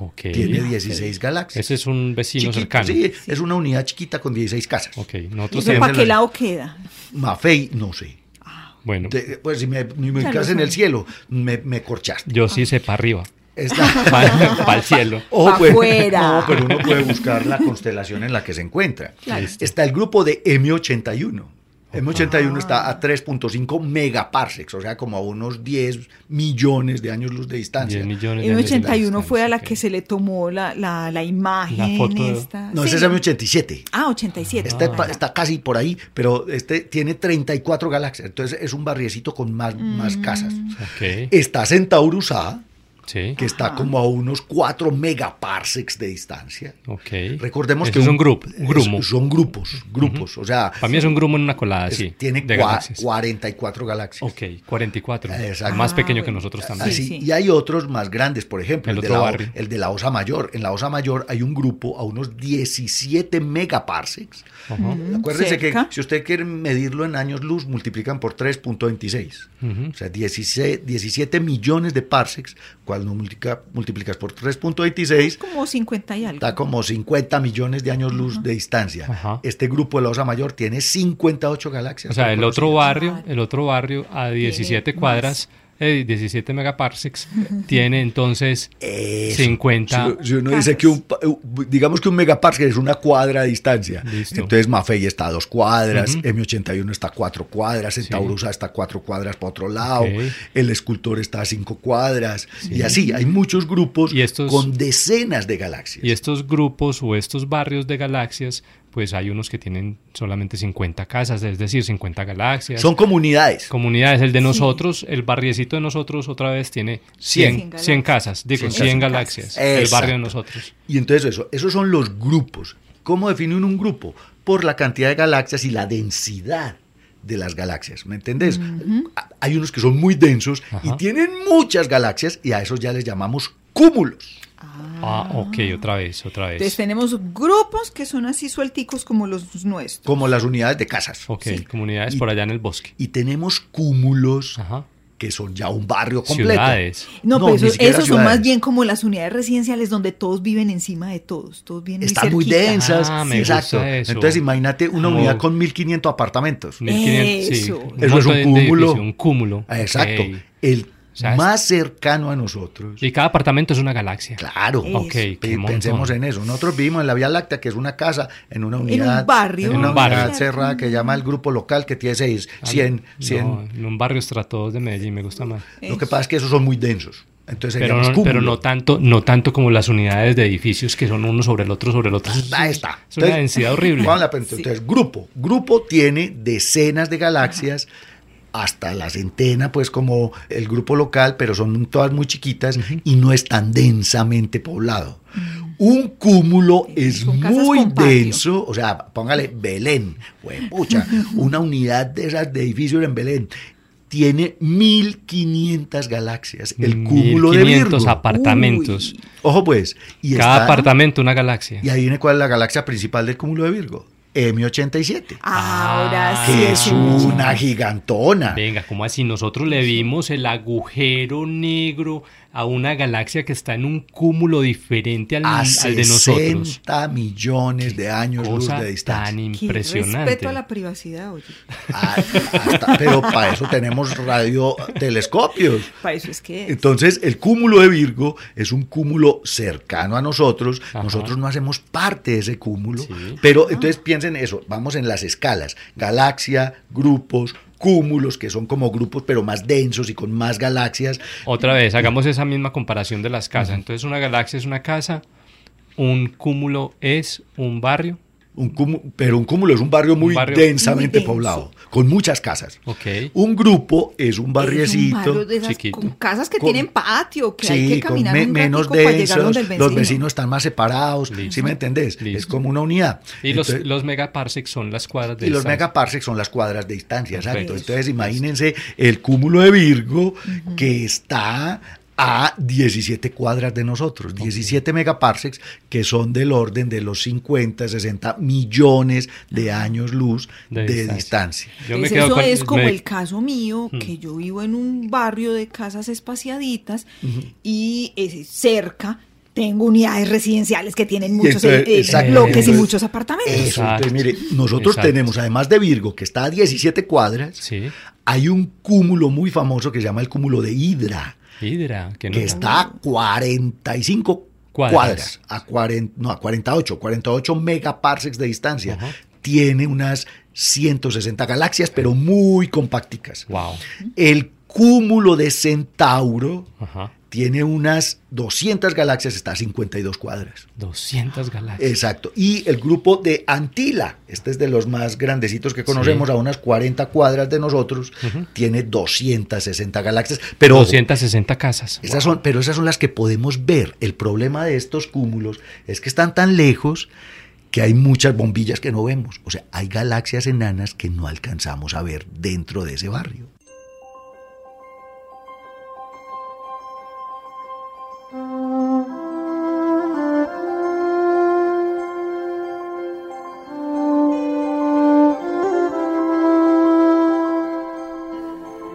S7: Ok.
S6: Tiene 16 galaxias.
S7: Ese es un vecino
S6: Chiquito,
S7: cercano.
S6: sí, es una unidad chiquita con 16 casas.
S7: Ok, nosotros
S5: ¿Eso
S6: Entonces,
S7: tenemos.
S5: para qué
S6: la-
S5: lado queda?
S6: Mafei, no sé.
S7: Bueno,
S6: Te- pues si me, me
S5: Ya lo
S6: ubicas en el
S5: sabes.
S6: cielo, me, me corchaste.
S7: yo sí sé
S5: *laughs*
S7: para arriba,
S6: Está-
S7: para el cielo.
S5: Pa'
S6: pues-
S5: fuera.
S6: no, pero uno puede buscar la constelación en la que se encuentra.
S5: Claro.
S6: Está el grupo de M81. M81 está a 3.5 megaparsecs, o sea, como a unos 10 millones de años luz de
S7: 10
S6: distancia.
S7: millones de
S5: En
S7: años de
S5: 81 fue a la
S7: distancia,
S5: que
S7: ok.
S5: se le tomó la, la, la imagen.
S7: La foto de-
S5: esta.
S6: No,
S5: Sí.
S6: ese es M87.
S5: Ah, 87.
S6: Está,
S5: Ah.
S6: está casi por ahí, pero este tiene 34 galaxias, entonces es un barriecito con más, más casas.
S7: Ok,
S6: Está Centaurus A,
S7: sí.
S6: Eh, que está
S5: Mm. Ajá.
S6: como a unos 4 megaparsecs de distancia.
S7: Ok.
S6: Recordemos
S7: Ese
S6: que
S7: es un grupo, un grumo.
S6: es- son grupos, grupos, o sea,
S7: Para mí es un grumo en una colada,
S6: es-
S7: sí.
S6: tiene
S7: de
S6: cua-
S7: galaxias.
S6: 44 galaxias.
S7: Ok, 44.
S6: Exacto.
S7: Más
S5: Ah,
S7: pequeño que
S5: bueno.
S7: nosotros también.
S6: Así,
S5: Sí, sí.
S6: Y hay otros más grandes, por ejemplo,
S7: El
S6: el, de
S7: otro
S6: la, o-
S7: barrio.
S6: el de la Osa Mayor. En la Osa Mayor hay un grupo a unos 17 megaparsecs.
S7: Ajá.
S6: Acuérdense
S5: Mm, cerca.
S6: que si usted quiere medirlo en años luz, multiplican por 3.26.
S7: Ujú.
S6: O sea, 16 17 millones de parsecs. Cuando multica- multiplicas por 3.26,
S5: Como 50 y algo.
S6: Está como 50 millones de años luz de distancia.
S7: Ajá.
S6: Este grupo de la Osa Mayor tiene 58 galaxias.
S7: O sea, el otro
S6: reconocidas.
S7: barrio, el otro barrio a 17
S5: más.
S7: cuadras, eh, 17 megaparsecs, *laughs* tiene entonces
S6: Eso.
S7: 50.
S6: Si, si uno dice que un, pa- digamos que un megaparsec es una cuadra de distancia,
S7: Listo.
S6: entonces Mafei está a dos cuadras,
S7: Ujú.
S6: M81 está a cuatro cuadras, Centaurusa está a cuatro cuadras para otro lado,
S7: Ok.
S6: el escultor está a cinco cuadras, y así, hay muchos grupos
S7: Y estos-
S6: con decenas de galaxias.
S7: Y estos grupos o estos barrios de galaxias, pues hay unos que tienen solamente 50 casas, es decir, 50 galaxias.
S6: Son comunidades.
S7: comunidades. El de nosotros, el barriecito de nosotros, otra vez tiene 100, 100,
S5: 100
S7: casas, digo, 100,
S6: Cien
S5: casas.
S7: galaxias. El
S6: Exacto.
S7: barrio de nosotros.
S6: Y entonces eso, esos son los grupos. ¿Cómo definen un grupo? Por la cantidad de galaxias y la densidad de las galaxias, ¿me entendés? A- Hay unos que son muy densos
S7: Ajá.
S6: y tienen muchas galaxias y a esos ya les llamamos cúmulos.
S7: Ah, ok, otra vez, otra
S5: Entonces
S7: vez.
S5: tenemos grupos que son así suelticos como los nuestros.
S6: como las unidades de casas.
S7: Ok,
S5: sí.
S7: comunidades
S6: Y-
S7: por allá en el bosque.
S6: Y tenemos cúmulos
S7: Ajá.
S6: que son ya un barrio completo.
S7: Ah. Ciudades.
S5: No,
S6: No, ni
S5: pero esos,
S6: siquiera
S5: esos son más
S6: ciudades.
S5: bien como las unidades residenciales donde todos viven encima de todos. Todos viven
S6: Están muy
S5: cerquita.
S6: densas.
S7: Ah, me
S6: Exacto.
S7: gusta eso.
S6: Entonces imagínate una
S7: Como-
S6: unidad con 1500 apartamentos.
S7: 1500, sí,
S5: Eso.
S7: un
S6: Eso es un
S7: montón de
S6: cúmulo.
S7: edificios, un cúmulo.
S6: Ah, Exacto.
S7: Ok.
S6: El
S7: sea, es-
S6: más cercano a nosotros.
S7: Y cada apartamento es una galaxia.
S6: Claro.
S5: Eso.
S7: Ok,
S5: Pe-
S7: qué
S6: Pe- Pensemos
S7: montón.
S6: en eso. Nosotros vivimos en la Vía Láctea, que es una casa, en una unidad.
S5: barrio.
S6: En
S7: En
S6: una
S7: un barrio.
S6: unidad cerrada que llama el grupo local, que tiene seis, 100,
S7: Ah,
S6: 100.
S7: no, en un barrio estratodos de Medellín, me gusta más.
S6: Lo que pasa es que esos son muy densos. Entonces, se
S7: Pero
S6: llama
S7: no, pero
S6: cúmulo.
S7: no tanto, no tanto como las unidades de edificios que son uno sobre el otro, sobre el otro. Eso es-
S6: Ah, Ahí está.
S7: Es una
S6: Entonces,
S7: densidad horrible.
S6: vamos a la pregunta. Entonces, grupo. Grupo tiene decenas de galaxias, hasta la centena, pues como el grupo local, pero son todas muy chiquitas y no es tan densamente poblado. Un cúmulo
S5: Mm. Sí,
S6: es
S5: son casas
S6: muy
S5: con patio.
S6: denso, o sea, póngale Belén,
S5: *laughs*
S6: pucha, una unidad de esas de edificios en Belén. Tiene 1500 galaxias, el cúmulo de
S7: 1500
S6: Virgo.
S7: apartamentos.
S5: Uy.
S6: Ojo pues, y
S7: Cada
S6: está-
S7: apartamento una galaxia.
S6: y ahí viene cuál es la galaxia principal del cúmulo de Virgo, M87,
S5: Ahora
S7: Ah,
S5: sí.
S6: que
S7: qué
S6: es
S5: un
S7: chulo.
S6: una gigantona.
S7: Venga, ¿cómo así? Nosotros le vimos el agujero negro a una galaxia que está en un cúmulo diferente al,
S6: A
S7: al de nosotros.
S6: 60 millones de años luz
S7: Cosa
S6: de distancia.
S7: tan
S5: Qué
S7: impresionante.
S5: Respeto a la privacidad, oye.
S6: Ah, hasta- pero para eso tenemos radiotelescopios.
S5: Para
S6: *laughs*
S5: eso es que.
S6: Entonces, el cúmulo de Virgo es un cúmulo cercano a nosotros.
S7: Ajá.
S6: Nosotros no hacemos parte de ese cúmulo.
S7: Sí.
S6: Pero entonces piensen eso. Vamos en las escalas. Galaxia, grupos, cúmulos, que son como grupos, pero más densos y con más galaxias.
S7: Otra vez, hagamos esa misma comparación de las casas. Entonces, una galaxia es una casa, un cúmulo es un barrio.
S6: Un cúmu- pero un cúmulo es un barrio muy
S7: barrio-
S6: densamente
S5: Muy denso.
S6: poblado, con muchas casas.
S7: Ok.
S6: Un grupo es un
S5: Es un
S6: barriecito.
S5: barrio de esas
S7: chiquito.
S5: Con casas que
S6: Con-
S5: tienen patio, que hay
S6: Sí,
S5: que
S6: con
S5: caminar
S6: me-
S5: un
S6: menos
S5: ratico para llegar donde
S6: densos,
S5: el vecino.
S6: los vecinos están más separados,
S7: Listo.
S6: ¿sí me entendés? Es
S7: Listo.
S6: como una unidad.
S7: Y los,
S6: Entonces-
S7: los megaparsecs son las cuadras de
S6: y los
S7: distancia.
S6: megaparsecs son las cuadras de distancia,
S7: Perfecto.
S6: exacto. Entonces imagínense el cúmulo de Virgo que está a 17 cuadras de nosotros, 17 megaparsecs que son del orden de los 50, 60 millones de años luz
S7: De
S6: de,
S7: distancia.
S6: distancia.
S7: Yo me
S5: Pues
S7: quedo
S5: eso
S7: con-
S5: es como
S7: me- Mm.
S5: el caso mío, que yo vivo en un barrio de casas espaciaditas y es cerca Tengo unidades residenciales que tienen muchos
S6: entonces,
S5: eh,
S6: exacto,
S5: bloques y
S6: entonces-
S5: muchos apartamentos.
S6: Eso,
S7: Exacto.
S6: entonces, mire, nosotros
S7: Exacto.
S6: tenemos, además de Virgo, que está a 17 cuadras,
S7: Sí.
S6: hay un cúmulo muy famoso que se llama el cúmulo de Hidra,
S7: Hidra, que no.
S6: que está a 45
S7: Cuadras.
S6: cuadras, a, 40, no, a 48, 48 megaparsecs de distancia.
S7: Ajá.
S6: Tiene unas 160 galaxias, pero muy compacticas.
S7: Wow.
S6: El cúmulo de Centauro
S7: Ajá.
S6: tiene unas 200 galaxias, está a 52 cuadras.
S7: 200 galaxias.
S6: Exacto. Y el grupo de Antila, este es de los más grandecitos que conocemos,
S7: Sí.
S6: a unas 40 cuadras de nosotros,
S7: Ujú.
S6: tiene 260 galaxias. Pero, ojo,
S7: 260 casas.
S6: esas son, pero esas son las que podemos ver. El problema de estos cúmulos es que están tan lejos que hay muchas bombillas que no vemos. O sea, hay galaxias enanas que no alcanzamos a ver dentro de ese barrio.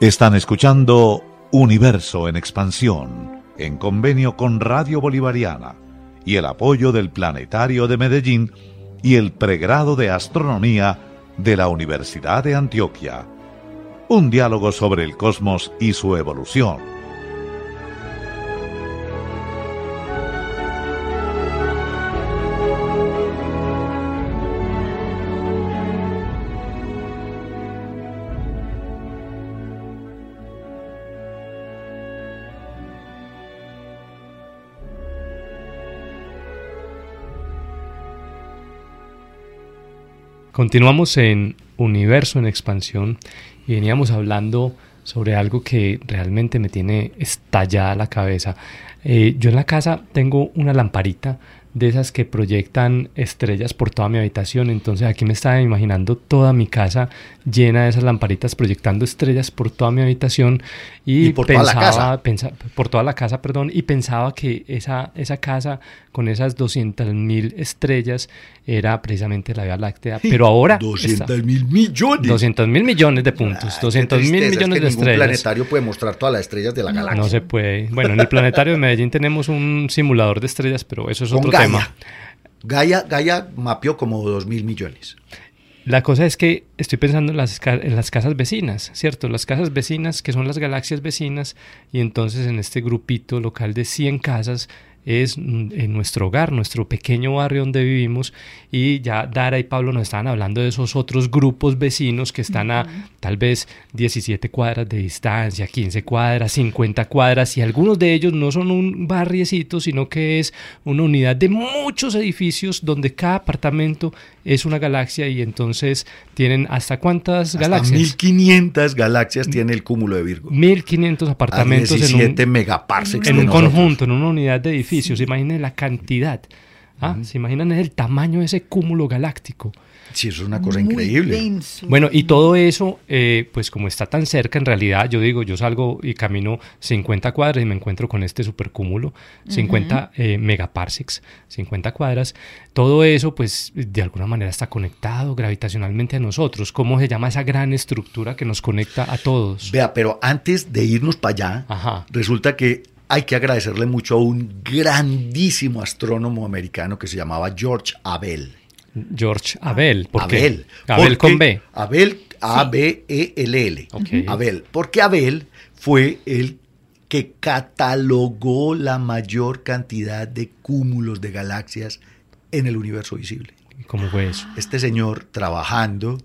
S8: Están escuchando Universo en Expansión, en convenio con Radio Bolivariana y el apoyo del Planetario de Medellín y el pregrado de Astronomía de la Universidad de Antioquia. Un diálogo sobre el cosmos y su evolución.
S7: Continuamos en Universo en Expansión y veníamos hablando sobre algo que realmente me tiene estallada la cabeza. Eh, yo en la casa tengo una lamparita de esas que proyectan estrellas por toda mi habitación, entonces aquí me estaba imaginando toda mi casa llena de esas lamparitas proyectando estrellas por toda mi habitación y,
S6: Y por toda la
S7: pensaba
S6: casa.
S7: pensa- por toda la casa, perdón, y pensaba que esa, esa casa con esas 200.000 estrellas era precisamente la Vía Láctea, *laughs* pero ahora...
S6: 200 mil millones.
S7: 200 mil millones de puntos,
S6: Ay, qué
S7: 200 mil
S6: tristeza, es
S7: millones
S6: que
S7: de
S6: ningún
S7: estrellas.
S6: planetario puede mostrar todas las estrellas de la galaxia.
S7: No se puede. Bueno, en el planetario de Medellín tenemos un simulador de estrellas, pero eso es
S6: Con
S7: otro
S6: Gaia.
S7: tema.
S6: Gaia, Gaia mapeó como 2 mil millones.
S7: La cosa es que estoy pensando en las, ca- en las casas vecinas, ¿cierto? Las casas vecinas, que son las galaxias vecinas, y entonces en este grupito local de 100 casas es mm, en nuestro hogar, nuestro pequeño barrio donde vivimos, y ya Dara y Pablo nos estaban hablando de esos otros grupos vecinos que están a tal vez 17 cuadras de distancia, 15 cuadras, 50 cuadras, y algunos de ellos no son un barriecito, sino que es una unidad de muchos edificios donde cada apartamento es una galaxia y entonces tienen hasta cuántas
S6: Hasta
S7: galaxias?
S6: 1500 galaxias tiene el cúmulo de Virgo.
S7: 1500
S6: A
S7: apartamentos en
S6: 17
S7: un,
S6: megaparsecs
S7: en
S6: de
S7: un
S6: nosotros.
S7: conjunto, en una unidad de edificios. Imaginen la cantidad. ¿Ah? ¿Se imaginan el tamaño de ese cúmulo galáctico?
S6: Sí, eso es una cosa
S5: Muy
S6: increíble.
S5: denso.
S7: Bueno, y todo eso, eh, pues como está tan cerca, en realidad, yo digo, yo salgo y camino 50 cuadras y me encuentro con este supercúmulo, 50 eh, megaparsecs, 50 cuadras. Todo eso, pues, de alguna manera está conectado gravitacionalmente a nosotros. ¿Cómo se llama esa gran estructura que nos conecta a todos?
S6: Vea, pero antes de irnos para allá,
S7: Ajá.
S6: resulta que hay que agradecerle mucho a un grandísimo astrónomo americano que se llamaba George Abel.
S7: George Abel. ¿Por qué?
S6: Abel.
S7: Abel
S6: Porque
S7: con B.
S6: Abel, E A-B-E-L-L.
S7: Ok.
S6: Abel. Porque Abel fue el que catalogó la mayor cantidad de cúmulos de galaxias en el universo visible.
S7: ¿Cómo fue eso?
S6: Este señor trabajando.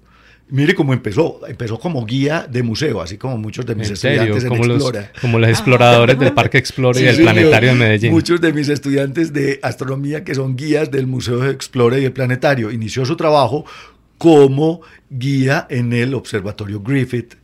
S6: Mire cómo empezó, empezó como guía de museo, así como muchos de mis
S7: En serio,
S6: estudiantes en
S7: como los,
S6: Explora.
S7: como los exploradores del Parque Explorer y
S6: Ah. Sí,
S7: del
S6: señor.
S7: Planetario de Medellín.
S6: Muchos de mis estudiantes de astronomía que son guías del Museo de Explore y el Planetario. Inició su trabajo como guía en el Observatorio Griffith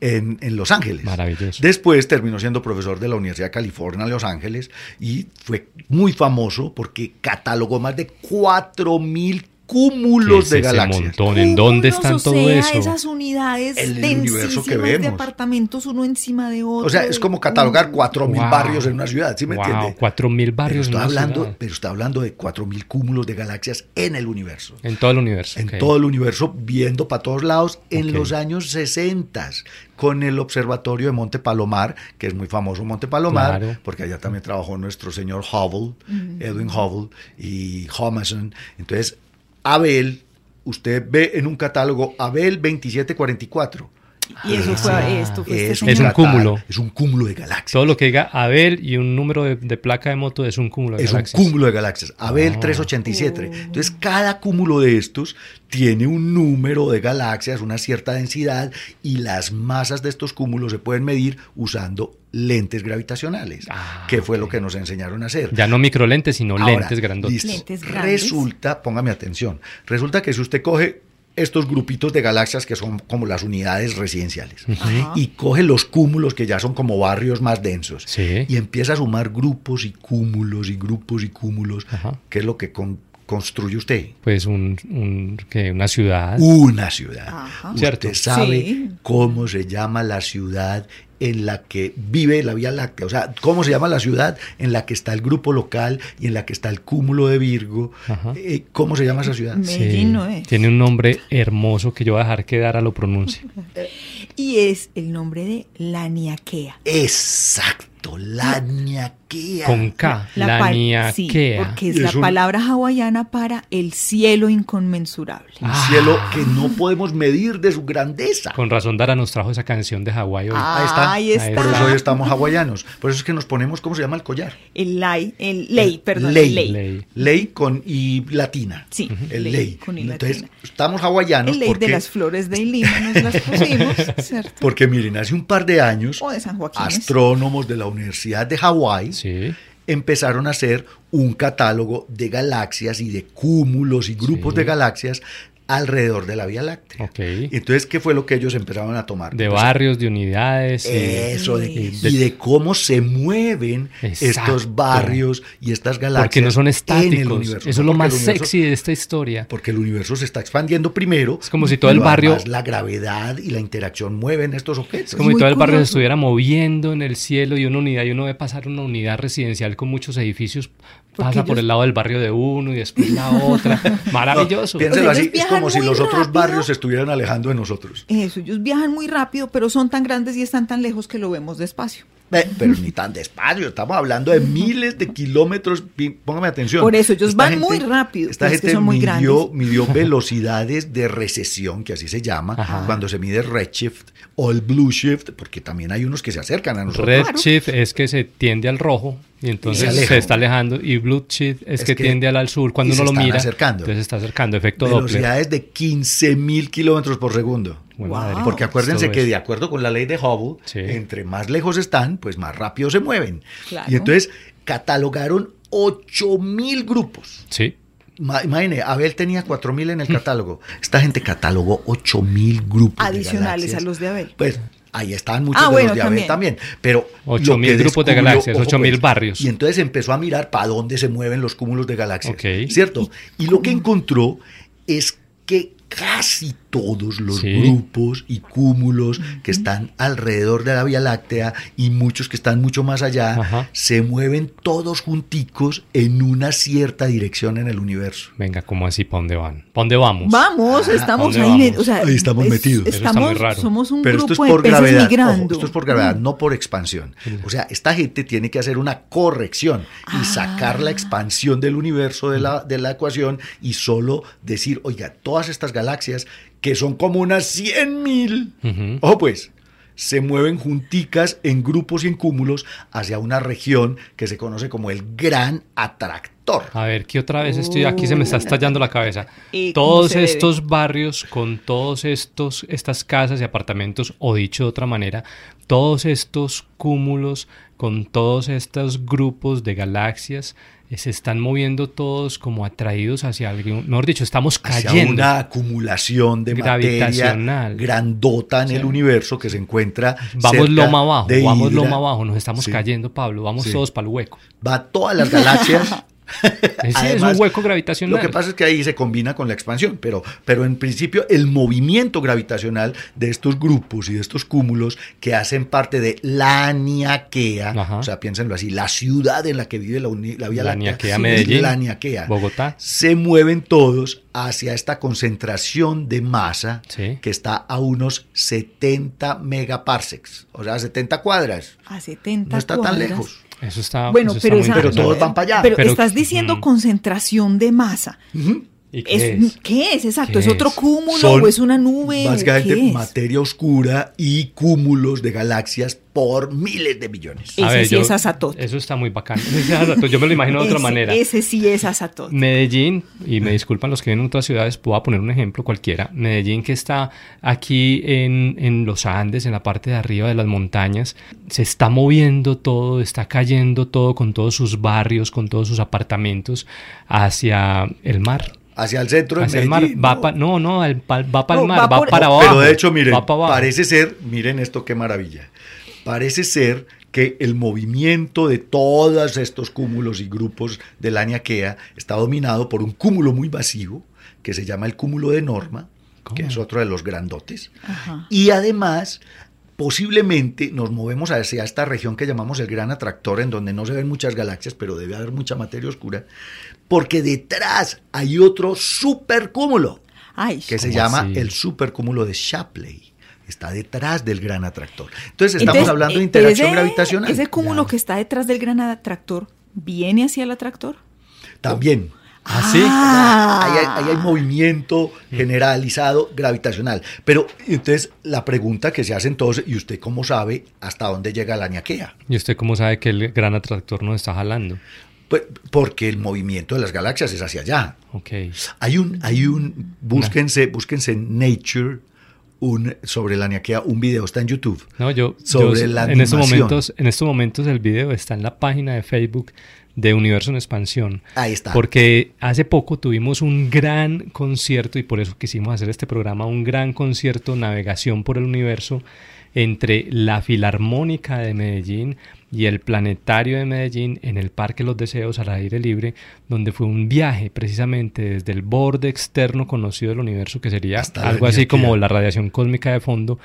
S6: en, en Los Ángeles.
S7: Maravilloso.
S6: Después terminó siendo profesor de la Universidad de California en Los Ángeles y fue muy famoso porque catalogó más de 4.000 cúmulos
S7: es
S6: de
S7: ese
S6: galaxias.
S7: montón? ¿En dónde
S5: Cúmulos,
S7: están
S5: o
S7: todo
S5: sea,
S7: eso?
S5: Esas unidades
S6: El universo
S5: densísimas
S6: que
S5: de
S6: vemos.
S5: apartamentos uno encima de otro.
S6: O sea, es como
S5: Un-
S6: catalogar 4.000
S7: Wow.
S6: barrios en una ciudad, ¿sí me
S7: Wow,
S6: entiende?
S7: 4.000 barrios en
S6: pero está
S7: una
S6: hablando,
S7: ciudad.
S6: Pero está hablando de 4.000 cúmulos de galaxias en el universo.
S7: En todo el universo.
S6: En
S7: ok.
S6: todo el universo, viendo para todos lados, en
S7: Ok.
S6: los años 60, con el observatorio de Monte Palomar, que es muy famoso Monte Palomar,
S7: Claro.
S6: porque allá también trabajó nuestro señor Hubble, Edwin Hubble y Homason. Entonces, Abel, usted ve en un catálogo Abel 2744.
S5: Y eso fue
S7: Ah,
S5: esto. Fue este
S6: Es un,
S5: señor.
S7: Es un
S6: catálogo,
S7: cúmulo.
S6: Es un cúmulo de galaxias.
S7: Todo lo que diga Abel y un número de, de placa de moto es un cúmulo de
S6: Es
S7: galaxias. Ah.
S6: un cúmulo de galaxias. Abel 387. Entonces, cada cúmulo de estos tiene un número de galaxias, una cierta densidad, y las masas de estos cúmulos se pueden medir usando lentes gravitacionales,
S7: Ah,
S6: que fue lo que nos enseñaron a hacer.
S7: Ya no microlentes, sino
S6: Ahora,
S7: lentes grandotes.
S6: listo.
S5: Lentes grandes.
S6: resulta, póngame atención, resulta que si usted coge estos grupitos de galaxias que son como las unidades residenciales
S5: Ajá.
S6: y coge los cúmulos que ya son como barrios más densos
S7: Sí.
S6: y empieza a sumar grupos y cúmulos y grupos y cúmulos,
S7: Ajá.
S6: que es lo que con- construye usted.
S7: Pues un, un- que una ciudad.
S6: Una ciudad.
S5: Ajá.
S6: Usted
S7: Cierto.
S6: sabe
S5: Sí.
S6: cómo se llama la ciudad en la que vive la Vía Láctea. O sea, cómo se llama la ciudad en la que está el grupo local y en la que está el cúmulo de Virgo.
S7: Ajá.
S6: Eh, ¿Cómo se llama esa ciudad?
S5: Me- Medellín no es.
S7: Tiene un nombre hermoso que yo voy a dejar que Dara
S5: *laughs*
S7: lo pronuncie.
S5: Y es el nombre de Laniakea.
S6: Exacto, la ñaquea.
S7: Con K, la,
S5: pa- Sí,
S7: Niaquea.
S5: porque es,
S6: Es
S5: la
S6: un-
S5: palabra hawaiana para el cielo inconmensurable.
S6: Un
S7: Ah.
S6: cielo que no podemos medir de su grandeza.
S7: Con razón Dara nos trajo esa canción de Hawái hoy.
S5: Ah, ahí
S7: está.
S6: Por eso
S5: está.
S6: hoy estamos hawaianos. Por eso es que nos ponemos, ¿cómo se llama el collar?
S5: El ley, el ley, perdón,
S6: ley.
S5: el ley.
S7: Ley.
S6: Ley con I latina.
S5: Sí,
S6: El ley.
S5: ley con I
S6: Entonces,
S5: latina.
S6: estamos hawaianos
S5: El ley
S6: porque,
S5: de las flores de Lima nos las pusimos, *laughs* ¿cierto?
S6: porque miren, hace un par de años,
S5: O de San Joaquín.
S6: astrónomos de la Universidad de Hawái
S7: Sí.
S6: empezaron a hacer un catálogo de galaxias y de cúmulos y grupos
S7: Sí.
S6: de galaxias alrededor de la Vía Láctea.
S7: Ok.
S6: Entonces, ¿qué fue lo que ellos empezaron a tomar?
S7: De
S6: Pues,
S7: barrios, de unidades. y-
S6: Eso, de-
S7: y de-
S6: y de cómo se mueven
S7: Exacto.
S6: estos barrios y estas galaxias.
S7: Porque no son
S6: en el
S7: estáticos.
S6: universo.
S7: Eso es
S6: No,
S7: lo
S6: porque
S7: más
S6: el universo-
S7: sexy de esta historia.
S6: Porque el universo se está expandiendo primero.
S7: Es como si todo el
S6: pero
S7: barrio-
S6: además la gravedad y la interacción mueven estos objetos.
S7: Es como si
S5: muy
S7: todo el barrio se
S5: curioso.
S7: estuviera moviendo en el cielo y una unidad, y uno ve pasar una unidad residencial con muchos edificios, pasa
S5: ellos-
S7: por el lado del barrio de uno y
S6: *laughs*
S7: después la otra.
S6: No,
S7: Maravilloso.
S6: piénselo
S5: O sea,
S6: así,
S5: ellos
S6: es
S5: viajan
S6: como si
S5: muy
S6: los otros
S5: rápido.
S6: barrios se estuvieran alejando de nosotros.
S5: Eso, ellos viajan muy rápido, pero son tan grandes y están tan lejos que lo vemos despacio.
S6: Eh, Pero ni tan despacio, estamos hablando de miles de kilómetros. Pi- Póngame atención.
S5: Por eso, ellos van muy rápido,
S6: Esta
S5: pero es
S6: gente
S5: que son muy
S6: midió,
S5: grandes.
S6: midió velocidades de recesión, que así se llama,
S7: Ajá.
S6: cuando se mide redshift o el blue shift, porque también hay unos que se acercan a nosotros.
S7: Redshift es que se tiende al rojo y entonces
S6: aleja.
S7: se, está alejando. Y blue shift es,
S6: Es
S7: que,
S6: que-
S7: tiende al, al sur
S6: y
S7: cuando
S6: se
S7: uno lo
S6: están
S7: mira.
S6: acercando.
S7: Entonces se está acercando. Efecto Doppler.
S6: velocidades de 15 mil kilómetros por segundo.
S7: Bueno,
S5: Wow.
S7: madre,
S6: Porque
S7: todo
S6: acuérdense que
S7: eso.
S6: de acuerdo con la ley de Hubble,
S7: Sí.
S6: entre más lejos están, pues más rápido se mueven.
S5: Claro.
S6: Y entonces catalogaron 8000 grupos.
S7: Sí.
S6: Ma- Imagine, Abel tenía 4000
S7: *laughs*
S6: en el catálogo. Esta gente catalogó 8000 grupos de
S5: Adicionales
S6: galaxias.
S5: a los de Abel.
S6: Pues ahí estaban muchos
S5: Ah,
S6: de
S5: bueno,
S6: los de Abel también. Pero lo
S7: 8000
S6: que
S7: grupos de
S6: descubrió-
S7: galaxias,
S6: ojo,
S7: 8000 barrios.
S6: Y entonces empezó a mirar para dónde se mueven los cúmulos de galaxias.
S7: Ok.
S6: ¿Cierto? Y lo que encontró es que casi todos los
S7: Sí.
S6: grupos y cúmulos que están alrededor de la Vía Láctea y muchos que están mucho más allá
S7: Ajá.
S6: se mueven todos junticos en una cierta dirección en el universo.
S7: Venga, ¿cómo así? ¿Para dónde van? ¿Para dónde vamos?
S5: Vamos,
S6: Ah,
S5: estamos
S7: ¿dónde
S5: ahí.
S7: vamos?
S5: met- O sea,
S6: Ahí estamos
S5: es-
S6: metidos. Eso
S7: está
S5: Estamos,
S7: muy raro.
S5: Somos un
S6: Pero
S5: grupo
S6: esto es por
S5: de peces
S6: gravedad.
S5: migrando. Mm.
S6: ojo, esto es por gravedad, no por expansión. O sea, esta gente tiene que hacer una corrección y sacar
S5: Ah.
S6: la expansión del universo de la, de la ecuación y solo decir, oiga, todas estas galaxias, que son como unas 100.000, mil,
S7: Ujú.
S6: ojo pues, se mueven junticas en grupos y en cúmulos hacia una región que se conoce como el gran atractor.
S7: A ver, que otra vez estoy aquí, se me está estallando la cabeza.
S5: *laughs* ¿Y cómo
S7: Todos
S5: se debe?
S7: estos barrios con todos estos, estas casas y apartamentos, o dicho de otra manera, todos estos cúmulos con todos estos grupos de galaxias eh, se están moviendo todos como atraídos hacia algo. Mejor dicho, estamos
S6: hacia
S7: cayendo.
S6: una acumulación de materia
S7: Gravitacional.
S6: grandota en el universo que se encuentra
S7: Vamos
S6: cerca
S7: loma abajo,
S6: de
S7: vamos
S6: Hidra.
S7: loma abajo, nos estamos
S6: Sí.
S7: cayendo, Pablo, vamos
S6: Sí.
S7: todos para el hueco. *laughs*
S6: Va todas las galaxias
S7: Sí, Además, es un hueco gravitacional.
S6: Lo que pasa es que ahí se combina con la expansión, pero, pero en principio el movimiento gravitacional de estos grupos y de estos cúmulos que hacen parte de la Niaquea, Ajá. o sea, piénsenlo así, la ciudad en la que vive la, uni, la Vía
S7: la Láctea, sí, Medellín,
S6: la Niaquea,
S7: Bogotá,
S6: se mueven todos hacia esta concentración de masa sí. que está a unos 70 megaparsecs, o sea, 70 cuadras.
S5: A 70
S6: No está
S5: cuadras.
S6: tan lejos.
S7: Eso Ah, pues está.
S5: Bueno,
S7: eso
S5: pero,
S7: está
S5: esa-
S6: Pero todos van para allá.
S5: Pero,
S7: Pero-
S5: estás diciendo
S7: Mm.
S5: concentración de masa.
S6: Ujú.
S7: ¿Y qué
S5: Es-
S7: es?
S5: ¿Qué es? Exacto.
S7: ¿Qué
S5: ¿Es otro
S7: es?
S5: cúmulo
S6: Son
S5: o es una nube? o
S6: Básicamente
S5: qué es?
S6: materia oscura y cúmulos de galaxias por miles de millones.
S5: Ese sí es azatote.
S7: Eso está muy bacán. *laughs* Ese es azatote, Yo me lo imagino de otra
S5: Ese-
S7: manera.
S5: Ese sí es Azatón.
S7: Medellín, y me disculpan los que viven en otras ciudades, voy a poner un ejemplo cualquiera. Medellín que está aquí en, en los Andes, en la parte de arriba de las montañas, se está moviendo todo, está cayendo todo con todos sus barrios, con todos sus apartamentos hacia el mar.
S6: Hacia el centro de
S7: Hacia el mar.
S6: Medellín,
S7: Va
S6: ¿no?
S7: pa- no, no, al- pa- va para el
S5: No,
S7: mar,
S5: va
S7: va,
S5: por-
S7: para
S5: Pero
S7: abajo.
S6: Pero de hecho, miren,
S7: va para abajo.
S6: parece ser, miren esto qué maravilla, parece ser que el movimiento de todos estos cúmulos y grupos de la ñaquea está dominado por un cúmulo muy vacío que se llama el cúmulo de Norma, que
S7: ¿Cómo?
S6: es otro de los grandotes.
S5: Ajá.
S6: Y además, posiblemente nos movemos hacia esta región que llamamos el gran atractor, en donde no se ven muchas galaxias, pero debe haber mucha materia oscura, porque detrás hay otro supercúmulo
S5: Ay,
S6: que se
S7: ¿Cómo
S6: llama
S7: así?
S6: el supercúmulo de Shapley. Está detrás del gran atractor. Entonces estamos
S5: Entonces,
S6: hablando de
S5: eh,
S6: interacción
S5: ese-
S6: gravitacional.
S5: Ese cúmulo
S6: Ya.
S5: que está detrás del gran atractor viene hacia el atractor.
S6: También.
S7: ¿Ah, sí?
S5: Ah.
S6: Ahí hay, ahí hay movimiento generalizado gravitacional. Pero entonces la pregunta que se hace entonces, ¿y usted cómo sabe hasta dónde llega la ñaquea?
S7: ¿Y usted cómo sabe que el gran atractor nos está jalando?
S6: Pues, porque el movimiento de las galaxias es hacia allá.
S7: Ok.
S6: Hay un, hay un, búsquense, búsquense en Nature un, sobre la ñaquea, un video, está en YouTube.
S7: No, yo,
S6: Sobre
S7: yo-
S6: la
S7: en estos
S6: animación.
S7: momentos, en estos momentos el video está en la página de Facebook de Universo en Expansión.
S6: Ahí está.
S7: Porque hace poco tuvimos un gran concierto y por eso quisimos hacer este programa, un gran concierto Navegación por el Universo entre la Filarmónica de Medellín y el Planetario de Medellín en el Parque Los Deseos al aire libre, donde fue un viaje precisamente desde el borde externo conocido del universo, que sería
S6: Hasta la
S7: algo así
S6: Niaquea.
S7: como la radiación cósmica de fondo,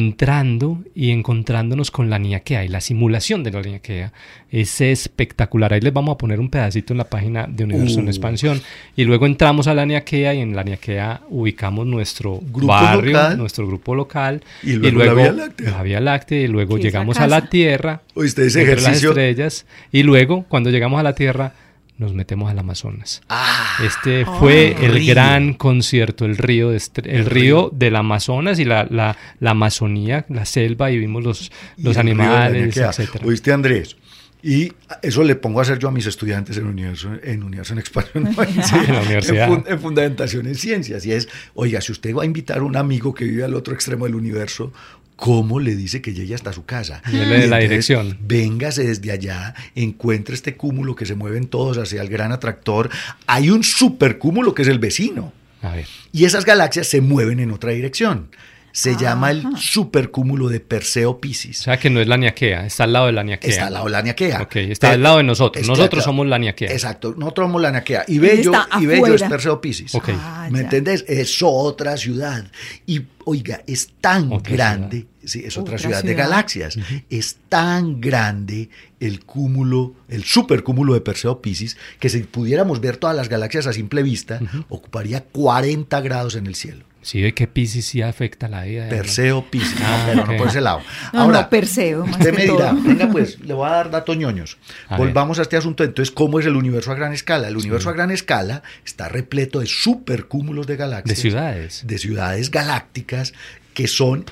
S7: entrando y encontrándonos con la niaquea y la simulación de la niaquea. Es espectacular. Ahí les vamos a poner un pedacito en la página de Universo en
S6: Uh.
S7: Expansión. Y luego entramos a la niaquea y en la niaquea ubicamos nuestro
S6: Grupo
S7: barrio,
S6: local.
S7: nuestro grupo local.
S6: Y luego la Vía Láctea.
S7: la Vía Láctea, y luego
S5: Que es la
S7: llegamos a la
S5: casa.
S7: Tierra.
S6: Oíste, ese
S7: entre
S6: ejercicio-
S7: Las estrellas. Y luego, cuando llegamos a la Tierra, nos metemos al Amazonas.
S6: Ah,
S7: Este fue el
S6: río.
S7: gran concierto, el río, de estre- el río del Amazonas y la, la, la Amazonía, la selva, y vimos los,
S6: y
S7: los
S6: el río de la
S7: animales,
S6: ñaquea.
S7: etcétera.
S6: Oíste, Andrés. Y eso le pongo a hacer yo a mis estudiantes en Universo en, universo en
S7: *laughs*
S6: Expansión.
S7: en la universidad.
S6: fun- en Fundamentación en Ciencias. Y es, oiga, si usted va a invitar a un amigo que vive al otro extremo del universo, ¿cómo le dice que llegue hasta su casa?
S7: Y él le dé la
S6: entonces,
S7: dirección.
S6: Véngase desde allá, encuentre este cúmulo que se mueven todos hacia el gran atractor. Hay un supercúmulo que es el vecino.
S7: A ver,
S6: Y esas galaxias se mueven en otra dirección. Se
S7: Ah.
S6: llama el
S5: Ajá.
S6: supercúmulo de Perseo Piscis.
S7: o sea que no es la Niaquea, está al lado de la Niaquea.
S6: Está al lado de la ñaquea.
S7: Ok, está
S6: Pe-
S7: al lado de nosotros.
S6: Está
S7: Nosotros
S6: al-
S7: somos la ñaquea.
S6: Exacto, nosotros somos la ñaquea. Y Bello,
S5: está
S6: y Bello es
S5: afuera.
S6: Perseo Piscis.
S7: Ok.
S5: Ah,
S6: ¿Me
S5: ya.
S6: entendés? Es otra ciudad. Y oiga, es tan
S7: Otra
S6: grande, sí, es otra,
S5: Otra
S6: ciudad, de
S5: ciudad.
S6: galaxias, es tan grande el cúmulo, el supercúmulo de Perseo Piscis, que si pudiéramos ver todas las galaxias a simple vista, ocuparía 40 grados en el cielo.
S7: Sí, ve que Pisces sí afecta la vida. de uno.
S6: Perseo Piscis,
S7: Ah,
S6: pero no
S7: ok.
S6: por ese lado.
S5: No, no, Perseo, más
S6: Usted
S5: que
S6: me dirá,
S5: todo.
S6: venga pues, le voy a dar datos ñoños.
S7: A ver.
S6: Volvamos a este asunto. Entonces, ¿cómo es el universo a gran escala? El universo a gran escala está repleto de supercúmulos de
S7: De
S6: galaxias.
S7: ciudades.
S6: De ciudades galácticas que son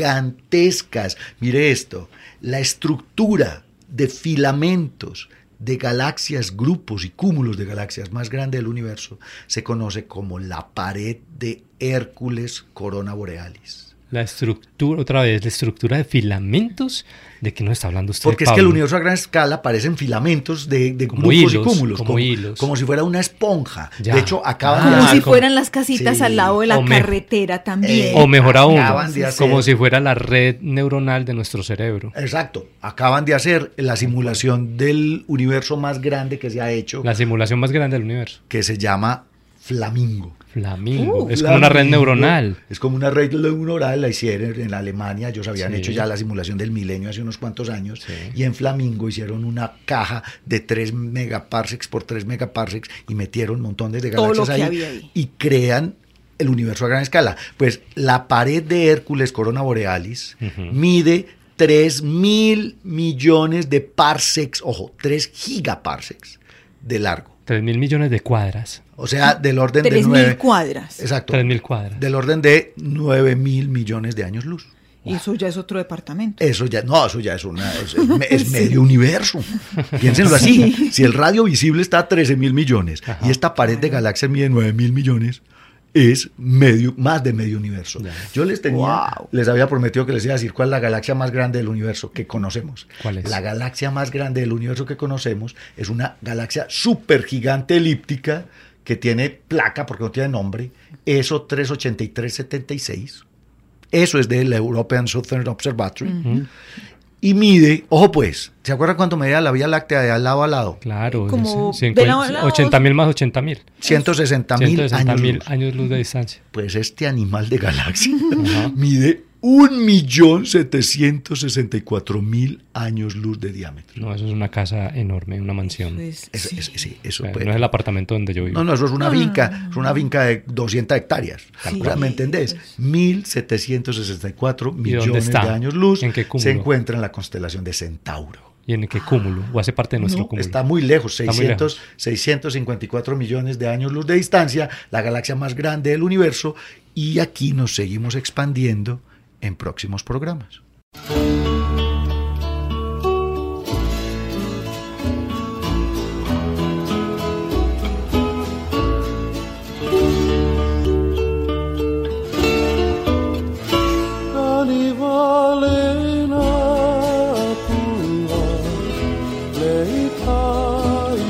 S6: gigantescas. Mire esto, la estructura de filamentos de galaxias, grupos y cúmulos de galaxias más grande del universo se conoce como la pared de Hércules Corona Borealis.
S7: la estructura, otra vez, la estructura de filamentos, ¿de qué nos está hablando usted?
S6: Porque es que
S7: Pablo?
S6: el universo a gran escala parecen filamentos de, de
S7: Como
S6: grupos y
S7: hilos,
S6: cúmulos,
S7: como hilos.
S6: como si fuera una esponja.
S7: Ya. Ah,
S6: De hecho, acaban
S5: Como
S6: de
S5: si
S7: como-
S5: fueran las casitas
S6: Ah, Sí, Eh,
S5: al lado de la
S7: o me-
S5: carretera también.
S7: O mejor aún,
S6: Acaban de hacer-
S7: como si fuera la red neuronal de nuestro cerebro.
S6: Exacto, acaban de hacer la simulación del universo más grande que se ha hecho,
S7: La simulación más grande del universo.
S6: que se llama Flamingo.
S7: Flamingo. es como una red
S6: Uh, Flamingo.
S7: neuronal.
S6: Es como una red neuronal, la hicieron en Alemania, ellos habían
S7: Sí.
S6: hecho ya la simulación del milenio hace unos cuantos años,
S7: Sí.
S6: y en Flamingo hicieron una caja de 3 megaparsecs por 3 megaparsecs y metieron montones de
S5: Todo lo
S6: galaxias
S5: que
S6: ahí,
S5: había ahí.
S6: y crean el universo a gran escala. Pues la pared de Hércules, Corona Borealis,
S7: Ujú.
S6: mide 3 mil millones de parsecs, ojo, 3 gigaparsecs de largo.
S7: 3 mil millones de cuadras.
S6: O sea, del orden de
S5: 3.000
S6: 9.
S5: cuadras.
S6: Exacto.
S7: 3 mil cuadras.
S6: Del orden de 9 mil millones de años luz.
S5: Y eso ya es otro departamento.
S6: Eso ya, no, eso ya es una, es, es me- es medio universo. Piénsenlo así. Si el radio visible está a 13 mil millones y esta pared de galaxias mide 9 mil millones, es medio, más de medio universo. Yo les tenía,
S5: Wow.
S6: les había prometido que les iba a decir cuál es la galaxia más grande del universo que conocemos.
S7: ¿Cuál es?
S6: La galaxia más grande del universo que conocemos es una galaxia supergigante elíptica que tiene placa porque no tiene nombre, ESO 38376. Eso es del European Southern Observatory.
S7: Mm.
S6: Y mide, ojo pues, ¿se acuerdan cuánto medía la Vía Láctea de al lado a lado?
S7: Claro.
S5: Como
S7: es-
S5: de lado a lado.
S7: 80 mil más 80 mil.
S6: 160 mil
S7: 160
S6: años.
S7: mil
S6: luz.
S7: años luz de distancia.
S6: Pues este animal de
S7: *laughs*
S6: galaxia mide 1.764.000 años luz de diámetro.
S7: No, eso es una casa enorme, una mansión.
S5: Eso es-
S6: Eso-
S5: sí.
S6: es- sí, eso,
S7: O sea,
S6: pues.
S7: no es el apartamento donde yo vivo.
S6: No, no, eso es una vinca, es una vinca de 200 hectáreas.
S5: Tal
S6: O
S5: cual.
S6: sea, ¿Me entendés? 1.764 millones de
S7: está?
S6: años luz
S7: ¿En qué cúmulo?
S6: se encuentra en la constelación de Centauro.
S7: ¿Y en qué cúmulo? ¿O hace parte de nuestro
S6: No,
S7: cúmulo?
S6: está muy lejos,
S7: Está muy
S6: 600, 654 millones de años luz de distancia, la galaxia más grande del universo, y aquí nos seguimos expandiendo en próximos programas.
S4: Animale natura leitai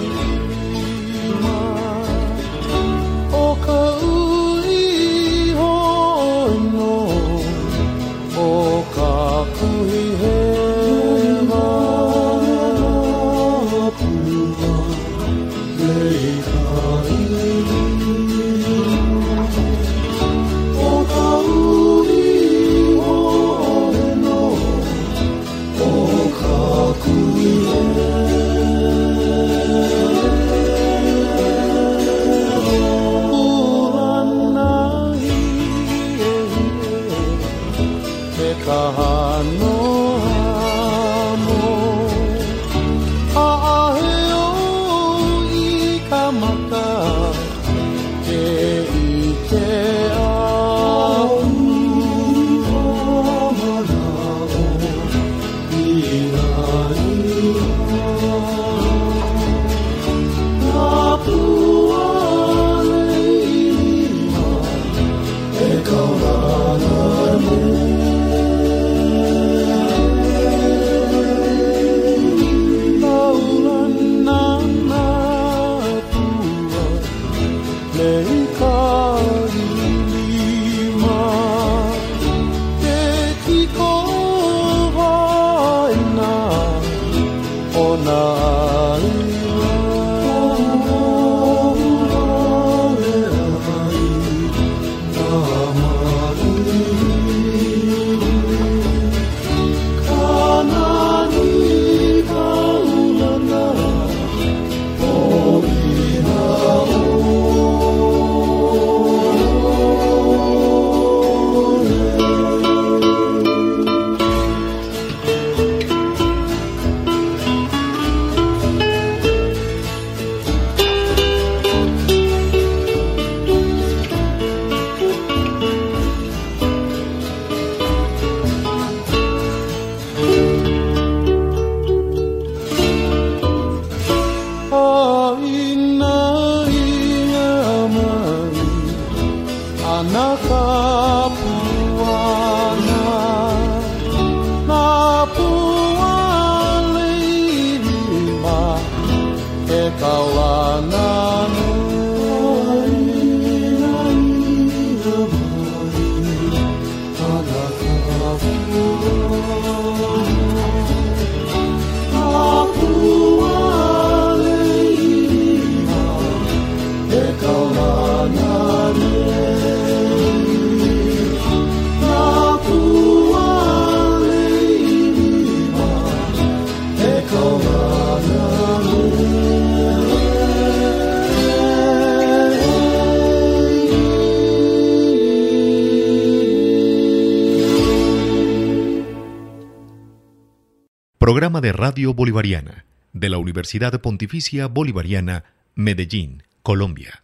S4: ma o kaui hono o kakui he natura leitai o kaui hono o kakui Uranai e kahano amo Aeo i kamaka ke ike au Amanao irai Na pua leima e kaurana Kanani kaulana
S9: Thank
S4: e e Programa de Radio Bolivariana de la Universidad Pontificia Bolivariana, Medellín, Colombia.